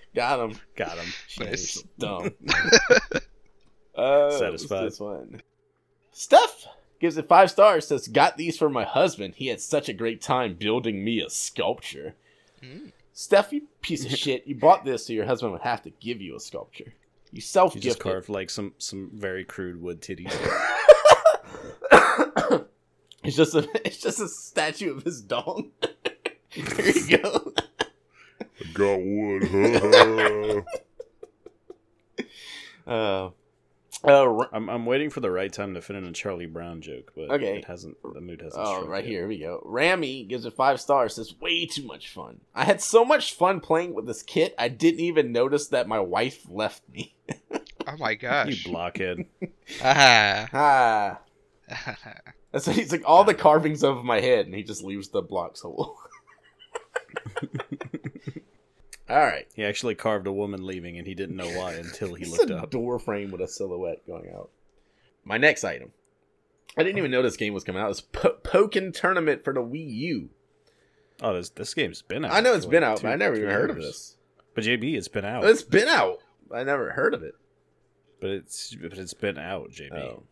Speaker 2: (laughs) Got him.
Speaker 1: him.
Speaker 2: Nice.
Speaker 3: Nice.
Speaker 1: (laughs)
Speaker 2: Dumb. uh, what's
Speaker 1: Satisfied.
Speaker 2: This one. Steph gives it five stars. Says, "Got these for my husband. He had such a great time building me a sculpture."
Speaker 1: Hmm.
Speaker 3: Mm.
Speaker 2: Steph, you
Speaker 1: (laughs)
Speaker 2: piece of shit! You bought this so your husband would have to give you a sculpture. You self
Speaker 1: You just
Speaker 2: gift
Speaker 1: carved like some some very crude
Speaker 4: (laughs)
Speaker 1: wood titties.
Speaker 2: (coughs) It's just a it's just a statue of his dong. (laughs) there you
Speaker 1: (laughs)
Speaker 2: go.
Speaker 4: Got wood.
Speaker 2: Uh, uh, Ra-
Speaker 1: (laughs) I'm I'm waiting for the right time to fit in a Charlie Brown joke, but
Speaker 2: Okay.
Speaker 1: it hasn't. The mood hasn't.
Speaker 2: Oh,
Speaker 1: struck
Speaker 2: right
Speaker 1: yet.
Speaker 2: here. Here we go. Rami gives it five stars. Says, way too much fun. I had so much fun playing with this kit, I didn't even notice that my wife left me. (laughs)
Speaker 3: Oh my gosh.
Speaker 1: You
Speaker 3: (laughs)
Speaker 1: blockhead.
Speaker 3: Ah.
Speaker 2: Ah. And so he's like, all the carvings over my head, and he just leaves the
Speaker 1: (laughs)
Speaker 2: blocks (laughs) whole. all right.
Speaker 1: He actually carved a woman leaving, and he didn't know why until he
Speaker 2: It's
Speaker 1: looked
Speaker 2: a
Speaker 1: up.
Speaker 2: door frame with a silhouette going out. My next item. I didn't even know this game was coming out. It's po- Pokken Tournament for the Wii U.
Speaker 1: Oh, this this game's been out.
Speaker 2: I know
Speaker 1: for
Speaker 2: it's
Speaker 1: like
Speaker 2: been out,
Speaker 1: two-
Speaker 2: but I never
Speaker 1: two
Speaker 2: even heard of
Speaker 1: years. Oh.
Speaker 2: this.
Speaker 1: But JB, it's been out.
Speaker 2: It's been out. I never heard of it.
Speaker 1: But it's but it's been out, JB.
Speaker 2: Oh.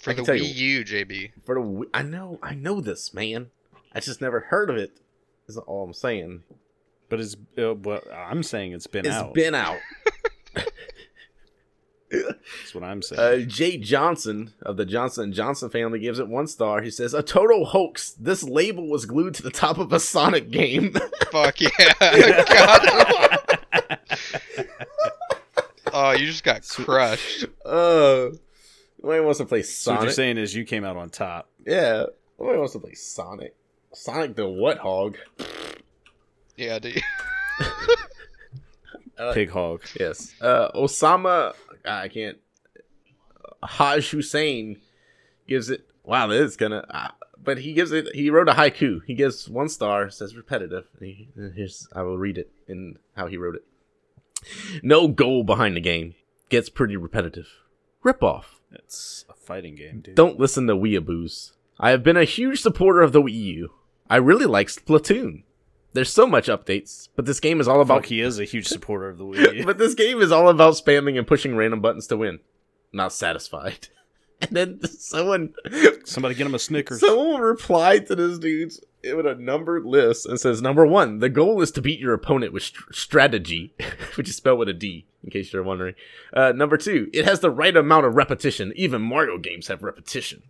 Speaker 3: For
Speaker 2: I
Speaker 3: the
Speaker 2: can tell you-
Speaker 3: Wii U,
Speaker 2: (laughs)
Speaker 3: JB.
Speaker 2: For the Wii- I know I know this man. I just never heard of it. Is all I'm saying.
Speaker 1: But it's uh, but I'm saying it's been
Speaker 2: It's
Speaker 1: out.
Speaker 2: been out.
Speaker 1: That's what I'm
Speaker 2: Uh,
Speaker 1: saying.
Speaker 2: Jay Johnson of the Johnson and Johnson family gives it one star. He says, "A total hoax. This label was glued to the top of a Sonic game." (laughs)
Speaker 3: Fuck yeah. (laughs) God. oh, you just got crushed.
Speaker 2: uh, nobody wants to play
Speaker 1: so what
Speaker 2: Sonic.
Speaker 1: you're saying is you came out on top.
Speaker 2: yeah, nobody wants to play Sonic. Sonic the what hog? (laughs)
Speaker 3: Yeah, dude.
Speaker 2: Uh,
Speaker 1: Pig hog.
Speaker 2: Yes. Uh, Osama, I can't. Haj Hussein gives it. Wow, this is gonna. Uh, but he gives it. He wrote a haiku. He gives one star. Says repetitive. And he- and here's. I will read it in how he wrote it. No goal behind the game. Gets pretty repetitive. Rip off.
Speaker 1: It's a fighting game, dude.
Speaker 2: Don't listen to weeaboos. I have been a huge supporter of the Wii U. I really like Splatoon. There's so much updates, but this game is all about
Speaker 1: Fuck, he is a
Speaker 2: (laughs)
Speaker 1: huge supporter of the Wii. U.
Speaker 2: but this game is all about spamming and pushing random buttons to win. Not satisfied. (laughs) And then someone
Speaker 1: Somebody get him a
Speaker 2: (laughs)
Speaker 1: Snickers.
Speaker 2: someone replied to this dude's with a numbered list and says number one, the goal is to beat your opponent with str- strategy, (laughs) which is spelled with a D, in case you're wondering. Uh, number two, it has the right amount of repetition. Even Mario games have repetition.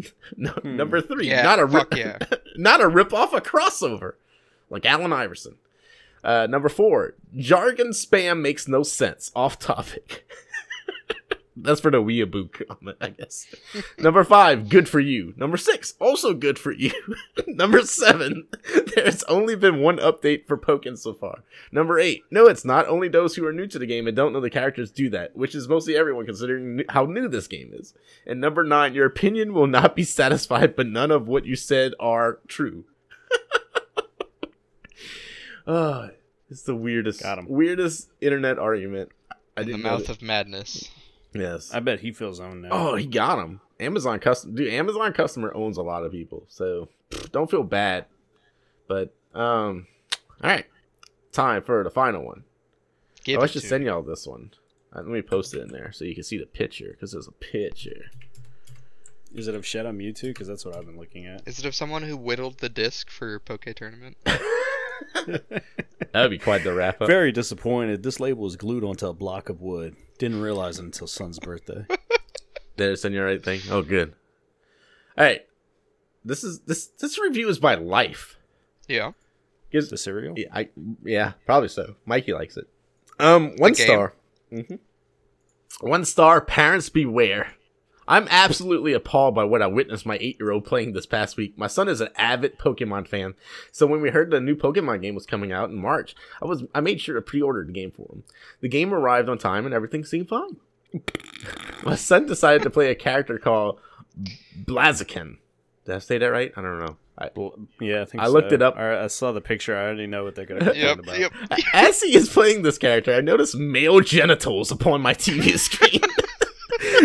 Speaker 2: (laughs) No, Number three,
Speaker 3: Yeah,
Speaker 2: not a
Speaker 3: fuck
Speaker 2: rip-
Speaker 3: yeah.
Speaker 2: not a rip off, a crossover, like Allen Iverson. Uh, number four, jargon spam makes no sense. Off topic. That's for the weeaboo comment, I guess. Number five, good for you. Number six, also good for you. (laughs) Number seven, (laughs) there's only been one update for Pokken so far. Number eight, no, it's not. Only those who are new to the game and don't know the characters do that, which is mostly everyone considering n- how new this game is. And number nine, your opinion will not be satisfied, but none of what you said are true. (laughs) Ah, it's the weirdest,
Speaker 1: Got 'em.
Speaker 2: weirdest internet argument. (laughs) I
Speaker 3: In the
Speaker 2: didn't know
Speaker 3: mouth
Speaker 2: that-
Speaker 3: of madness.
Speaker 2: yes.
Speaker 1: I bet he feels owned now.
Speaker 2: Oh, he got him. Amazon custom dude. Amazon customer owns a lot of people, so pff, don't feel bad. But um, all right, time for the final one.
Speaker 3: Give
Speaker 2: oh, I
Speaker 3: it
Speaker 2: should
Speaker 3: to
Speaker 2: send
Speaker 3: me.
Speaker 2: y'all this one. Uh, let me post it in there so you can see the picture because there's a picture.
Speaker 1: Is it of Shed on Mewtwo? Because that's what I've been looking at.
Speaker 3: Is it of someone who whittled the disc for your Poke
Speaker 2: (laughs)
Speaker 3: tournament?
Speaker 2: That would be quite the wrap
Speaker 3: (laughs)
Speaker 2: up.
Speaker 1: Very disappointed. This label was glued onto a block of wood. Didn't realize it until son's birthday.
Speaker 2: Did I send you the right thing? Oh, good. All right, this is this this review is by Life.
Speaker 3: Yeah.
Speaker 2: Gives
Speaker 1: The cereal?
Speaker 2: Yeah, I yeah, probably so. Mikey likes it. Um, one
Speaker 3: game.
Speaker 2: star. hmm One star. Parents beware. I'm absolutely appalled by what I witnessed my eight year old playing this past week. My son is an avid Pokemon fan, so when we heard the new Pokemon game was coming out in March, I was I made sure to pre order the game for him. The game arrived on time and everything seemed fine. my son decided to play a character called Blaziken. Did I say that right? I don't know.
Speaker 1: Yeah, I think
Speaker 2: I looked
Speaker 1: so.
Speaker 2: it up.
Speaker 1: Or I saw the picture. I already know what they're going to complain
Speaker 3: Yep,
Speaker 1: about.
Speaker 3: yep.
Speaker 2: (laughs) As he is playing this character, I notice male genitals upon my TV (laughs) screen.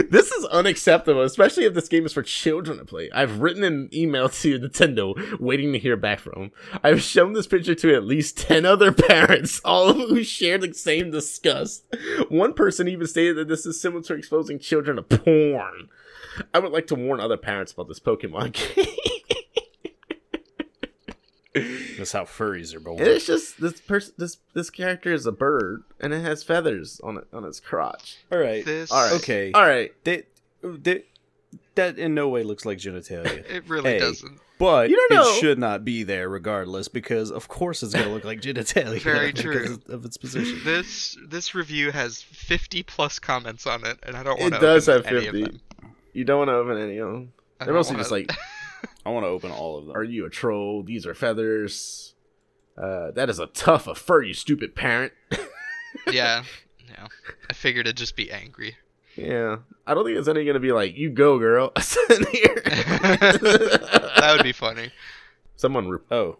Speaker 2: this is unacceptable, especially if this game is for children to play. I've written an email to Nintendo, waiting to hear back from them. I've shown this picture to at least 10 other (laughs) parents, all of who share the same disgust. One person even stated that this is similar to exposing children to porn. I would like to warn other parents about this Pokemon (laughs) game.
Speaker 1: That's how furries are born.
Speaker 2: And it's just this person, this this character is a bird, and it has feathers on it on its crotch.
Speaker 1: All right.
Speaker 3: This.
Speaker 2: All right.
Speaker 1: Okay.
Speaker 2: All right,
Speaker 1: They, they, that in no way looks like
Speaker 2: (laughs)
Speaker 1: genitalia.
Speaker 3: It really
Speaker 1: Hey.
Speaker 3: doesn't.
Speaker 1: But
Speaker 2: You don't know.
Speaker 1: it should not be there regardless because, of course, it's going to look like genitalia.
Speaker 3: Very
Speaker 1: (laughs) because
Speaker 3: true.
Speaker 1: Of its position.
Speaker 3: This this review has 50 plus comments on it, and I don't want
Speaker 2: It
Speaker 3: to.
Speaker 2: does
Speaker 3: open
Speaker 2: have
Speaker 3: any of
Speaker 2: 50.
Speaker 3: them.
Speaker 2: you don't want to open any of them.
Speaker 3: I
Speaker 2: They're
Speaker 3: don't
Speaker 2: mostly
Speaker 3: wanna-
Speaker 2: just like,
Speaker 1: I want to open all of them.
Speaker 2: "Are you a troll? These are feathers." Uh, that is a tough a fur, you stupid parent.
Speaker 3: (laughs)
Speaker 2: (laughs)
Speaker 3: yeah, yeah. I figured it'd just be angry. (laughs)
Speaker 2: Yeah, I don't think it's any gonna be like, "You go, girl." (laughs) Sitting
Speaker 3: That
Speaker 2: here. (laughs)
Speaker 3: would be funny.
Speaker 2: Someone re-
Speaker 1: Oh,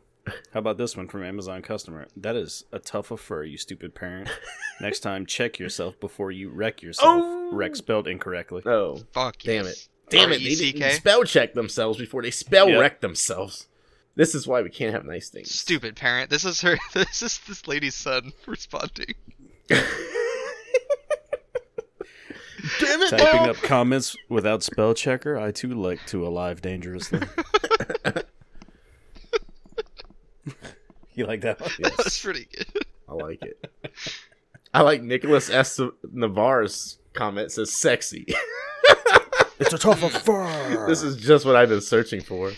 Speaker 1: how about this one from Amazon customer? That is a tough of fur, you stupid
Speaker 2: (laughs)
Speaker 1: parent. Next time, check yourself before you wreck yourself.
Speaker 2: Oh.
Speaker 1: Wreck spelled incorrectly.
Speaker 2: Oh,
Speaker 3: Fuck.
Speaker 2: Damn
Speaker 3: yes.
Speaker 2: damn it! They
Speaker 3: R.E.C.K.?
Speaker 2: didn't spell check themselves before they spell
Speaker 1: Yeah.
Speaker 2: wreck themselves. This is why we can't have nice things. (laughs)
Speaker 3: Stupid parent. This is her. (laughs) This is this lady's son (laughs) responding.
Speaker 2: Damn it!
Speaker 1: Typing
Speaker 2: Mom.
Speaker 1: up comments without spell checker, I too like to alive (laughs) dangerously. you like that one?
Speaker 3: (laughs) That was pretty good.
Speaker 2: I like it. I like Nicholas S. Navarre's comment says
Speaker 1: (laughs)
Speaker 2: sexy. (laughs)
Speaker 1: It's a tough of fur.
Speaker 2: this is just what I've been searching for.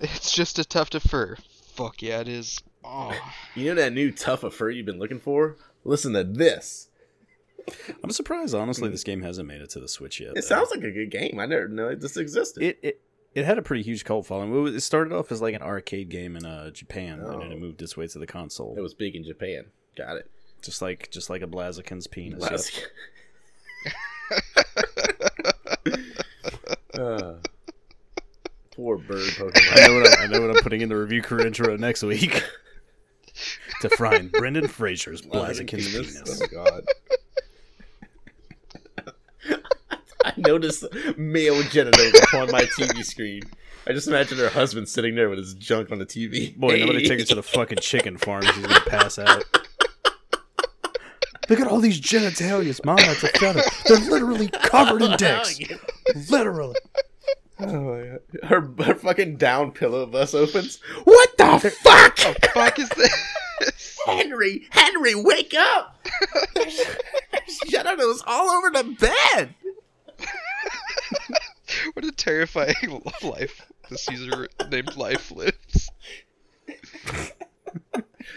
Speaker 3: It's just a tuft of fur. Fuck yeah, it is. Oh,
Speaker 2: You know that new tough of fur you've been looking for? Listen to this.
Speaker 1: I'm surprised, honestly, this game hasn't made it to the Switch yet.
Speaker 2: Hmm. It sounds like a good game. I never know this existed.
Speaker 1: it, it it had a pretty huge cult following. It was- It started off as like an arcade game in uh, Japan, and then
Speaker 2: Oh.
Speaker 1: it moved its way to the console.
Speaker 2: It was big in Japan. Got it.
Speaker 1: just like just like a Blaziken's penis.
Speaker 2: Last- (laughs) Uh, poor bird
Speaker 1: I
Speaker 2: Pokemon.
Speaker 1: know what I'm, I know what I'm putting in the review career intro next
Speaker 2: (laughs)
Speaker 1: week. to frying Brendan Fraser's Blaziken's penis.
Speaker 2: Oh god. I noticed male genitals upon my TV screen. I just imagine her husband sitting there with his junk on the TV.
Speaker 1: Boy, nobody
Speaker 2: (laughs)
Speaker 1: take her to the fucking chicken farm. She's gonna pass out. Look at all these genitalias, Mama. It's a feather. They're literally covered in
Speaker 2: (laughs)
Speaker 1: dicks. Literally.
Speaker 2: Oh my god. Her, her fucking down pillow bus opens. What
Speaker 1: (laughs)
Speaker 2: the fuck?
Speaker 3: (laughs) fuck is this? (laughs)
Speaker 1: Oh.
Speaker 2: Henry, Henry, wake
Speaker 1: (laughs)
Speaker 2: up! There's, there's genitals all over the bed.
Speaker 3: what a terrifying (laughs) love life this user named Life lives.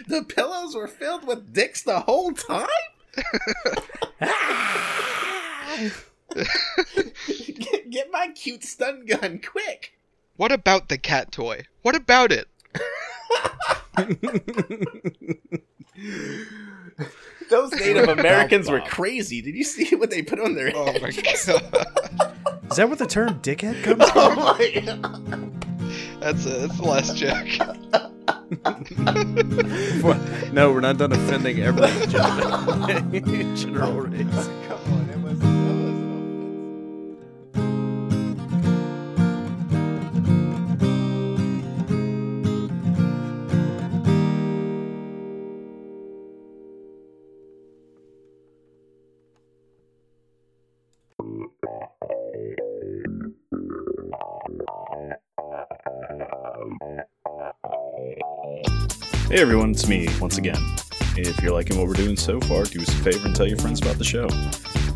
Speaker 2: The pillows were filled with dicks the whole time. get, Ah! (laughs) get my cute stun gun quick.
Speaker 3: What about the cat toy? What about it?
Speaker 2: Those Native Americans were
Speaker 1: Bob.
Speaker 2: crazy. Did you see what they put on their
Speaker 3: Oh
Speaker 2: head?
Speaker 3: (laughs) my god.
Speaker 1: Is that what the term dickhead comes from?
Speaker 2: (laughs) Oh my god.
Speaker 3: That's it. That's the last joke.
Speaker 1: (laughs) What? No, we're not done offending every (laughs) general, general race.
Speaker 2: Come on, it was, that was
Speaker 1: Hey everyone, it's me once again. If you're liking what we're doing so far, do us a favor and tell your friends about the show.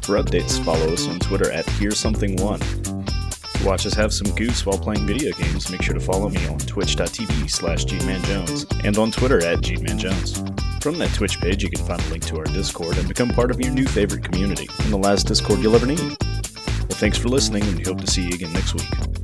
Speaker 1: For updates, follow us on Twitter at Here's Something One. To watch us have some goose while playing video games, make sure to follow me on twitch.tv slash GeekmanJones and on Twitter at GeekmanJones. From that Twitch page, you can find a link to our Discord and become part of your new favorite community and the last Discord you'll ever need. Well, thanks for listening, and we hope to see you again next week.